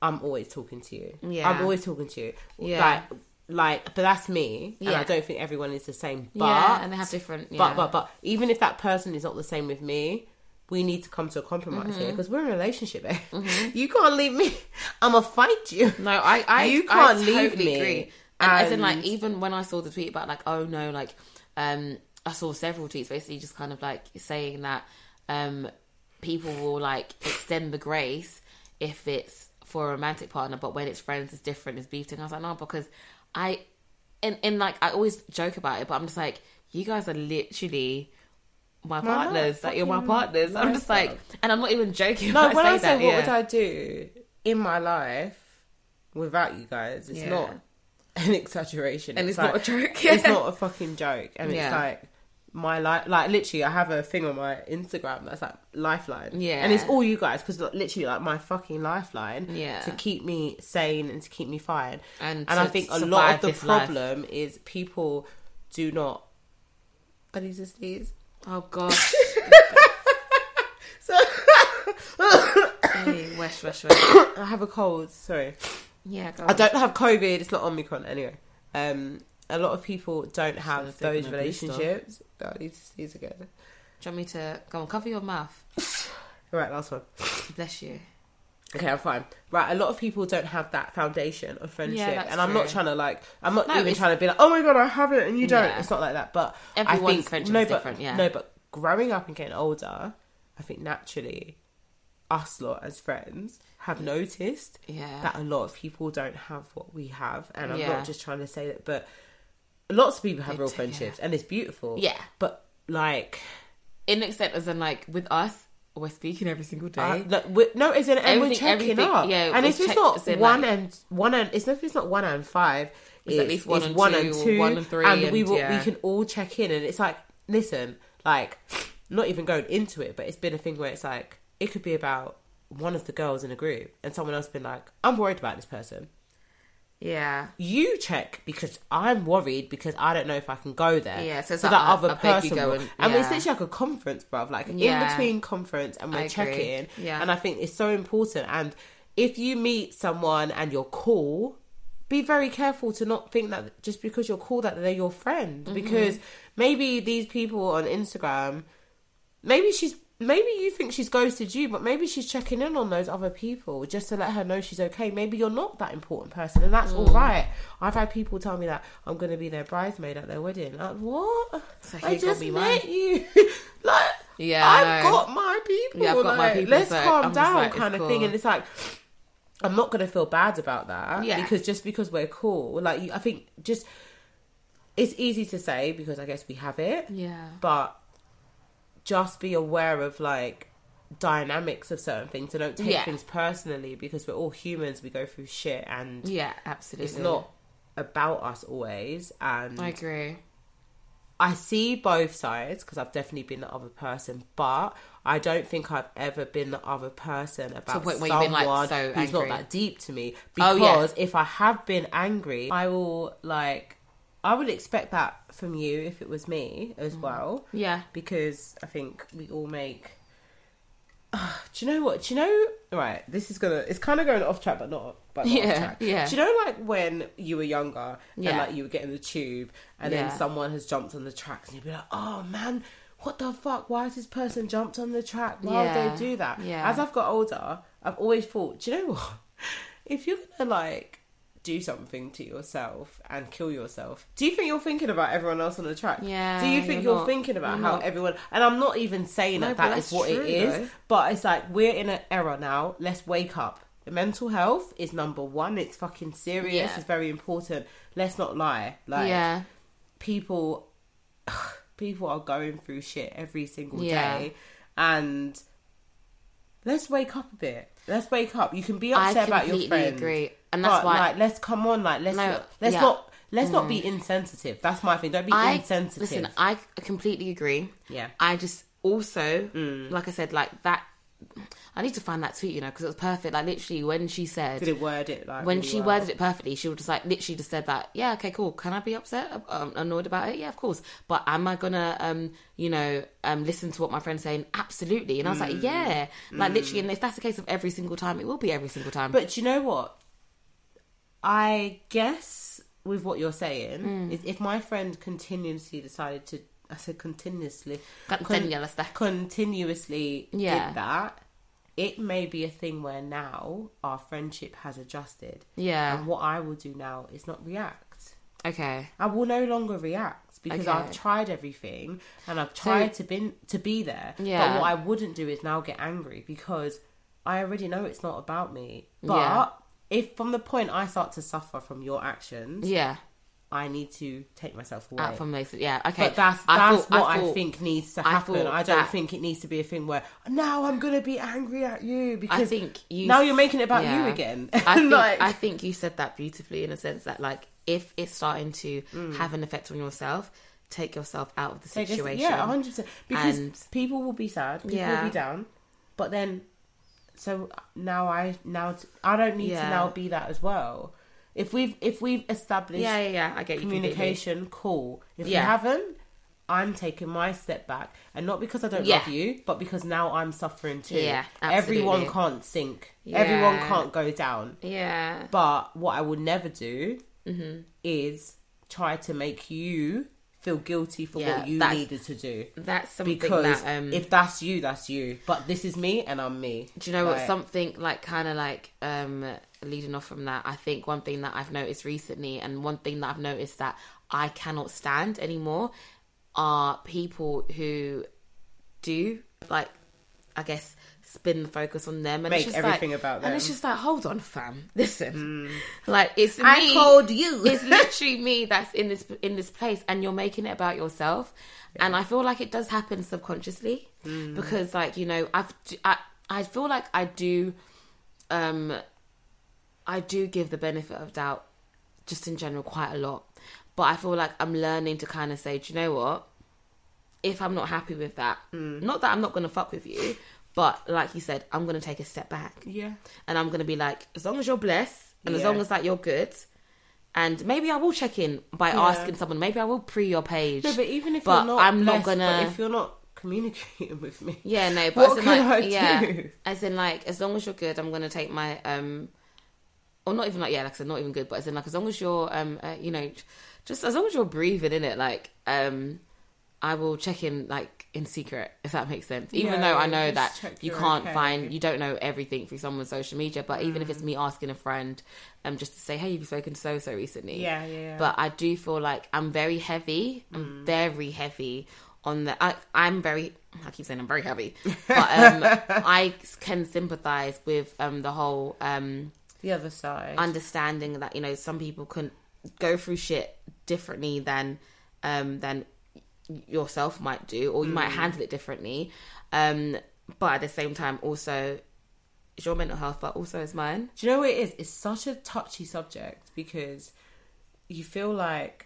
I'm always talking to you.
Yeah.
I'm always talking to you.
Yeah.
Like, like, but that's me, and
Yeah.
I don't think everyone is the same. But,
yeah and they have different yeah.
but, but, but, even if that person is not the same with me, we need to come to a compromise here
Mm-hmm.
because we're in a relationship. Eh? You can't leave me. I'm gonna fight you.
no i i
You
I
can't leave
totally
me.
agree and, as in like
And-
even when i saw the tweet about like oh no like um i saw several tweets basically just kind of like saying that um people will like extend the grace if it's for a romantic partner but when it's friends it's different it's beefing i was like no because i and and like i always joke about it but i'm just like you guys are literally my
My life,
partners, like you're my
fucking
partners. I'm just
lifestyle.
like, and I'm not even joking.
No,
when
when I
I
say
that,
what
yeah.
would I do in my life without you guys, it's
Yeah.
not an exaggeration.
And it's not a joke.
It's not a fucking joke. And
Yeah.
it's like my life. Like literally, I have a thing on my Instagram that's like lifeline.
Yeah.
and it's all you guys because literally, like my fucking lifeline.
Yeah.
to keep me sane and to keep me fine.
And
and
to
I think a lot
survive
of the
this life.
problem is people do not. I need to sneeze.
Oh gosh.
So
Hey, wesh, wesh, wesh.
I have a cold. Sorry.
Yeah, go
I
on.
don't have COVID. It's not Omicron anyway. Um, a lot of people don't have
have taken
those
a booster.
relationships. Oh, I need to sneeze again.
Do you want me to go on? Cover your mouth.
All right, last one.
Bless you.
Okay, I'm fine. Right, a lot of people don't have that foundation of friendship,
Yeah, that's
and I'm not
true.
trying to like, I'm not
No,
even
it's-
trying to be like, oh my god, I have it and you don't.
Yeah.
It's not like that, but I
Everyone's
think
friendship
no,
is
but,
different, yeah.
no, but growing up and getting older, I think naturally, us lot as friends have noticed
Yeah.
that a lot of people don't have what we have, and I'm
Yeah.
not just trying to say that, but lots of people have
They
real
do, yeah.
friendships, and it's beautiful.
Yeah.
but like,
In extent as in like with us, we're speaking every single day.
Uh, no, we're, no, it's in, and we're
Everything-
checking
everything,
up.
yeah,
and
we're
if it's
check-
not
as in,
one
like-
and one and it's not if it's not one and five. It's,
at least one
it's
and
one
two
and
or
two,
one and three
and we
and,
will,
yeah.
we can all check in, and it's like, listen, like, not even going into it, but it's been a thing where it's like it could be about one of the girls in a group, and someone else been like, I'm worried about this person.
yeah.
You check because I'm worried because I don't know if I can go there.
Yeah, so it's
that
like, I-
other
I beg you
person.
go
will.
and-
And it's
yeah.
literally like a conference, bruv. Like
Yeah.
in between conference and
I
we're
agree.
checking.
Yeah.
And I think it's so important. And if you meet someone and you're cool, be very careful to not think that just because you're cool that they're your
Mm-hmm.
friend. Because maybe these people on Instagram, maybe she's. Maybe you think she's ghosted you, but maybe she's checking in on those other people just to let her know she's okay. Maybe you're not that important person, and that's
Mm.
all right. I've had people tell me that I'm going to be their bridesmaid at their wedding. Like, what?
So
I
you got
just
me
met
mine.
you. like,
Yeah, I
I've
know.
got my people.
Yeah, I've got my
like,
people,
Let's
so
calm
I'm just
down,
like, it's
kind of
cool.
thing. And it's like, I'm not gonna feel bad about that.
Yeah.
Because just because we're cool, like you, I think just it's easy to say because I guess we have it,
Yeah.
but just be aware of like dynamics of certain things. So don't take
Yeah.
things personally because we're all humans. We go through shit, and
Yeah, absolutely.
it's not about us always. And
I agree.
I see both sides because I've definitely been the other person, but I don't think I've ever been the other person about
the point where you've
someone
been, like, so
who's
angry.
not that deep to me.
Oh,
Because
yeah.
if I have been angry, I will like I would expect that from you if it was me as well.
Mm. Yeah.
Because I think we all make. Ah, do you know what? Do you know? Right, this is gonna. It's kind of going off track, but not. But not
Yeah,
off track.
yeah.
Do you know like when you were younger and
Yeah.
like you would get in the tube and
Yeah.
then someone has jumped on the tracks and you'd be like, oh man, what the fuck? Why has this person jumped on the track? Why
Yeah,
would they do that?
yeah.
As I've got older, I've always thought, do you know what? If you're gonna like do something to yourself and kill yourself, do you think you're thinking about everyone else on the track?
Yeah,
Do you think
you're
you're,
not.
thinking about
You're
how
not.
everyone? And I'm not even saying
No,
that
but
that
that's
is what
true,
it is,
though.
but it's like we're in an era now. Let's wake up. Mental health is number one. It's fucking serious.
Yeah.
It's very important. Let's not lie. Like
yeah.
people people are going through shit every single
Yeah.
day and let's wake up a bit let's wake up you can be
I
upset about your
completely
friend
agree. And that's
but,
why-
like let's come on like let's
No,
not, let's
yeah. Mm.
not let's not be insensitive that's my thing don't be insensitive
Listen, I completely agree.
Yeah. Mm.
I just also, like I said, like that. I need to find that tweet, you know, because it was perfect. Like literally, when she said,
did it word it like
when
really
she
well?
worded it perfectly, she was just like literally just said that. Yeah, okay, cool. Can I be upset, um, annoyed about it? Yeah, of course. But am I gonna, um, you know, um, listen to what my friend's saying? Absolutely. And I was
Mm.
like, yeah, like literally. And if that's the case of every single time, it will be every single time.
But do you know what? I guess with what you're saying
Mm.
is if my friend continuously decided to, I said continuously,
Continuously.
continuously
Yeah.
did that. It may be a thing where now our friendship has adjusted.
Yeah.
And what I will do now is not react.
okay,
I will no longer react because
Okay.
I've tried everything and I've tried to be to be there.
Yeah.
But what I wouldn't do is now get angry because I already know it's not about me. But
Yeah.
if from the point I start to suffer from your actions,
yeah,
I need to take myself away.
out from Mason. Yeah, okay.
but that's
I
that's
thought-
what I,
thought-
think needs to
I
happen.
thought
I, don't
that-
think it needs to be a thing where now I'm gonna be angry at you because
think you
now
s-
you're making it about
yeah.
you again.
I think,
Like-
I think you said that beautifully in a sense that like if it's starting to have an effect on yourself, take yourself out of the
Mm. Take us-
situation.
Yeah, hundred percent. Because
And-
people will be sad. People
Yeah.
will be down. But then, so now I now t- I don't need
Yeah.
to now be that as well. If we've if we've established
yeah, yeah, yeah, I get you. completely.
communication, cool. If
Yeah.
you haven't, I'm taking my step back, and not because I don't
Yeah.
love you, but because now I'm suffering too.
Yeah,
everyone
absolutely.
can't sink. Everyone
Yeah.
can't go down.
Yeah.
But what I will never do
Mm-hmm.
is try to make you feel guilty for
Yeah,
what you
that's-
needed to do.
That's something
Because
that um
if that's you, that's you. But this is me, and I'm me.
do you know what
Like,
something like kind of like um leading off from that i think one thing that i've noticed recently and one thing that i've noticed that i cannot stand anymore are people who do like i guess spin the focus on them and
Make
it's just
everything
like,
about
and it's
them. Mm.
just like hold on fam listen like it's
I
me
called you.
it's literally me that's in this in this place and you're making it about yourself and i feel like it does happen subconsciously because like you know i've I, I feel like i do um i do give the benefit of doubt just in general quite a lot but i feel like i'm learning to kind of say do you know what if i'm not happy with that not that i'm not gonna fuck with you but like you said i'm gonna take a step back
yeah,
and I'm gonna be like, as long as you're blessed and as
Yeah.
long as like you're good, and maybe I will check in by
Yeah.
asking someone. Maybe I will pre your page.
no, but even if
But
you're not,
I'm
I'm
not gonna-
But if you're not communicating with me,
yeah, no, but
What
as in,
can
like,
I
yeah,
do?
as in like, as long as you're good, I'm gonna take my um, or not even like yeah, like I said, not even good, but as in like, as long as you're um, uh, you know, just as long as you're breathing in it, like um, I will check in like in secret if that makes sense. Even
Yeah,
though I
yeah,
know
just
that
check
you
you're
can't
okay.
find, you don't know everything through someone's social media, but even if it's
Mm.
me asking a friend, um, just to say, hey, have you spoken to so so recently?
yeah, yeah. yeah. Mm.
but I do feel like I'm very heavy. I'm very heavy on the. I, I'm very. I keep saying I'm very heavy, but um, I can sympathise with um, the whole um,
the other side,
understanding that you know some people can go through shit differently than um, than yourself might do, or you might
Mm.
handle it differently. Um, but at the same time, also it's your mental health, but also it's mine.
Do you know what it is? It's such a touchy subject because you feel like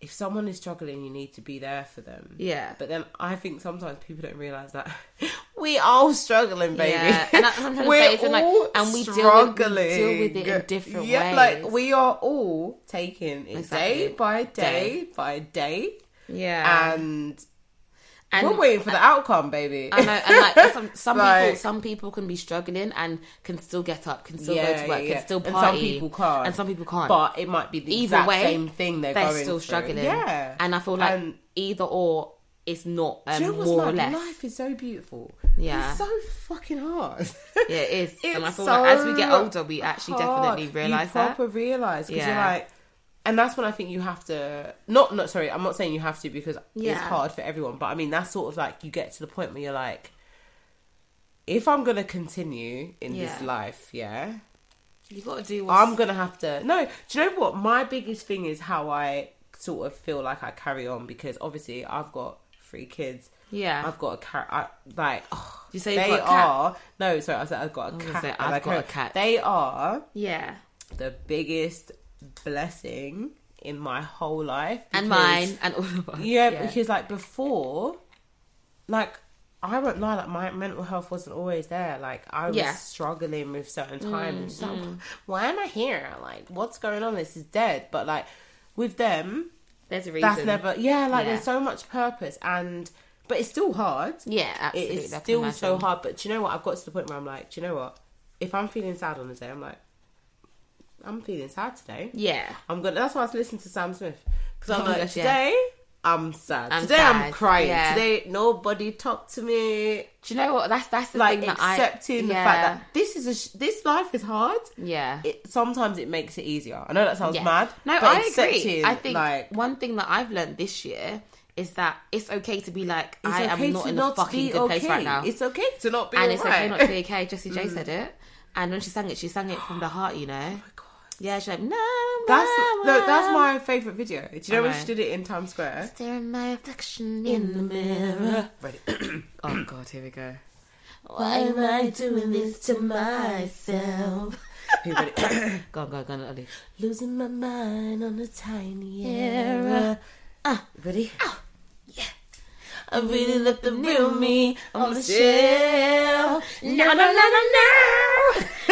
if someone is struggling, you need to be there for them.
Yeah.
But then I think sometimes people don't realize that we all struggling, baby.
Yeah, and that's what I'm trying to say, it's in, like- and we deal with- we deal with it in different
yeah,
ways.
Like we are all taking it
Exactly.
day by day,
Day.
by day,
Yeah,
and,
and
Uh, we're waiting for the outcome, baby.
I know, and like some, some people,
Like-
some people can be struggling and can still get up, can still go
Yeah,
to work,
yeah,
can
yeah.
still
And
party,
some people can't.
and some people can't.
but it might be the
either
exact
way,
same thing they're,
they're
going
still
through.
struggling.
Yeah,
and I feel like
And-
either or is not um,
Do you know what's
more or
mad?
less.
Life is so beautiful.
Yeah.
It's so fucking hard.
Yeah, it is.
It's
and I feel like as we get
so
older, we actually
hard.
definitely realize
you
that.
proper realize because
Yeah.
you're like, and that's when I think you have to not not sorry. I'm not saying you have to because
Yeah.
it's hard for everyone, but I mean that's sort of like you get to the point where you're like, if I'm gonna continue in this
Yeah.
life, yeah,
You got to do. What's,
I'm gonna have to. No, do you know what? My biggest thing is how I sort of feel like I carry on because obviously I've got three kids.
Yeah.
I've got a car. I, like oh,
You say you've
they
got a cat?
are no. Sorry, I said I've got a
was gonna
cat.
say,
and
I've
I
got a
carry-
cat.
They are
yeah,
the biggest blessing in my whole life
and
because-
mine and all of us.
yeah, because like before, like I won't lie, like my mental health wasn't always there. Like I was
Yeah. Mm,
struggling with certain times. Just like, why am I here? Like, what's going on? This is dead. But like with them,
there's a reason.
that's never. Yeah, like
Yeah.
there's so much purpose, and but it's still hard.
Yeah, absolutely.
It is
I can
still so
imagine.
hard. But do you know what? I've got to the point where I'm like, do you know what? If I'm feeling sad on a day, I'm like, I'm feeling sad today.
Yeah,
I'm gonna. That's why I was listening to Sam Smith because
Oh
I'm
my
like
gosh, yeah.
today. I'm sad.
I'm
today I'm
sad,
crying.
yeah.
Today nobody talked to me.
do you know what? That's that's the
Like
thing that
accepting
I,
the
yeah,
fact that this is a sh- this life is hard.
yeah.
It sometimes it makes it easier. I know that sounds
Yeah.
mad.
No,
but
I agree.
accepting,
I think
like
one thing that I've learned this year is that it's okay to be like, I
it's okay
am not
to
in a
not
fucking
be
good place
okay.
right now.
It's okay to not be
and it's okay
alright.
not to be okay. Jessie J said
Mm.
it. And when she sang it, she sang it from the heart, you know?
Oh God.
Yeah, she's like, no,
That's
wow,
no, that's
wow.
my favorite video. Do you
I
know when
know.
she did it in Times Square?
Staring my reflection in the mirror.
Ready.
Oh, God, here we go. Why am I doing this to myself?
Who ready?
Go on, go on, go on, Ollie.
Losing my mind on a tiny
Error.
error.
Uh,
Ready?
I really love the real me on the
shell.
shell. No, no, no, no,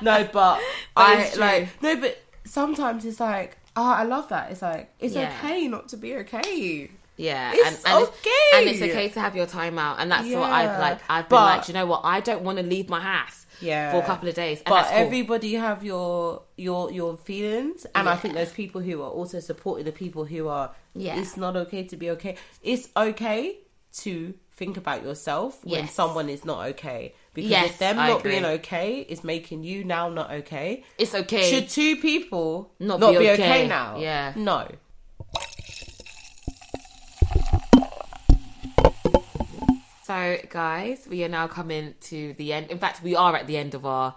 No, but
That
I
is true.
like no, but sometimes it's like, oh, I love that. It's like it's
Yeah.
okay not to be okay.
Yeah,
It's
and, and
okay.
and it's okay to have your time out, and that's what
Yeah.
I've like. I've been
But-
like, "Do you know what? I don't want to leave my house
Yeah.
for a couple of days. And
But
that's cool.
everybody have your your your feelings, and I think
Yeah.
there's people who are also supporting the people who are.
Yeah.
it's not okay to be okay. It's okay to think about yourself when
Yes.
someone is not okay because
Yes,
if them
I
not
agree.
being okay is making you now not okay.
it's okay.
Should two people
Not
not,
be
be, okay.
okay.
now?
Yeah.
no.
So, guys, we are now coming to the end. In fact, we are at the end of our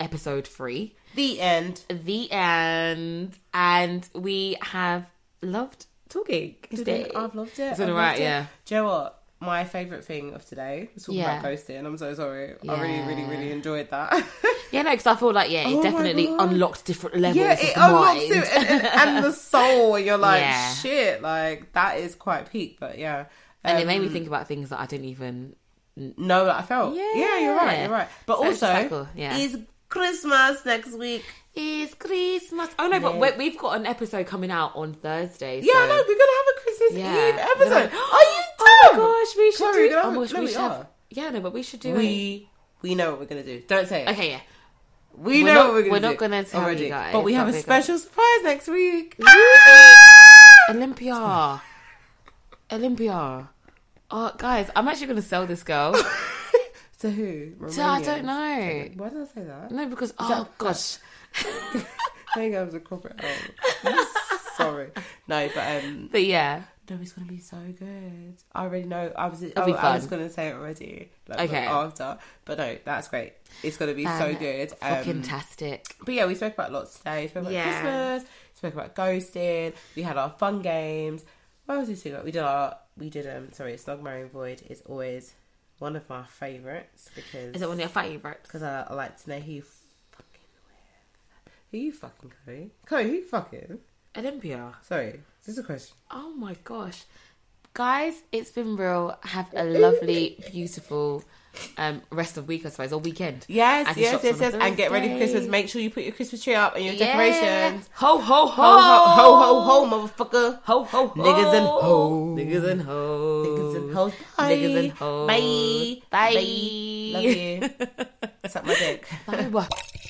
episode three.
The end.
The end. And we have loved talking today.
Today, I've loved it.
It's been
I've
alright,
loved it.
yeah.
Do you know what? My favourite thing of today was talking
Yeah.
about ghosting. I'm so sorry. I really, really,
Yeah.
really enjoyed that.
Yeah, no, because I feel like, yeah, it
Oh my
definitely
God.
unlocked different levels
yeah,
of
it oh,
the
unlocks
mind.
you and, and, and the soul. And you're like,
Yeah.
shit, like that is quite peak. But yeah,
and it
Um,
made me think about things that I didn't even.
know that I felt. Yeah.
Yeah.
you're right. You're right. But
So it's just like,
also,
oh, yeah.
is Christmas next week?
It's Christmas. Oh, no, but we- we've got an episode coming out on Thursday.
Yeah,
so-
I know. We're gonna have a Christmas
Yeah.
Eve episode.
Yeah.
Are you dumb?
Oh, my gosh, we should
Chloe,
do.
no,
Oh, my gosh,
no,
we
we
should
are.
have. Yeah, no, but we should do it.
We we know what we're gonna do. Don't say it.
Okay, yeah.
We
We're
know
not-
what we're gonna
we're
do.
not gonna tell you
already,
guys,
but we have a
but we're gonna-
special surprise next week.
Olympia. Olympia. Oh, guys, I'm actually going to sell this girl.
to who?
So I don't
Romanians.
know.
Why did I say that?
No, because, oh, gosh.
I think I was a corporate. owl. Sorry. No, but um,
But yeah.
no, it's gonna be so good. I already know. I was. I,
be
I was
fun.
gonna say it already. Like,
Okay.
After, but no, that's great. It's gonna be so good.
Fucking
Um,
tastic.
but yeah, we spoke about lots today. We spoke about
Yeah.
Christmas. We spoke about ghosting. We had our fun games. What else did we speak about? We did our. We did um. Sorry, Snug Marion Void is always one of my favorites because
Is it one of your favorites?
because I, I like to know who you fucking with. Who you fucking Chloe? Chloe, who you fucking?
Olympia.
Sorry, this is a question.
Oh my gosh. Guys, it's been real. Have a lovely, beautiful um, rest of week, I suppose, or weekend.
Yes,
And he
yes,
shops
yes,
on
yes.
a
And get ready for
Thursday.
Christmas. Make sure you put your Christmas tree up and your
Yeah.
decorations.
Ho, ho, ho.
Ho, ho, ho, ho, motherfucker.
Ho, ho, ho.
Niggas and hoes.
Niggas and hoes.
Niggas and hoes.
Niggas
Bye.
and hoes. Bye.
Bye. Love you. Suck my dick.
Bye.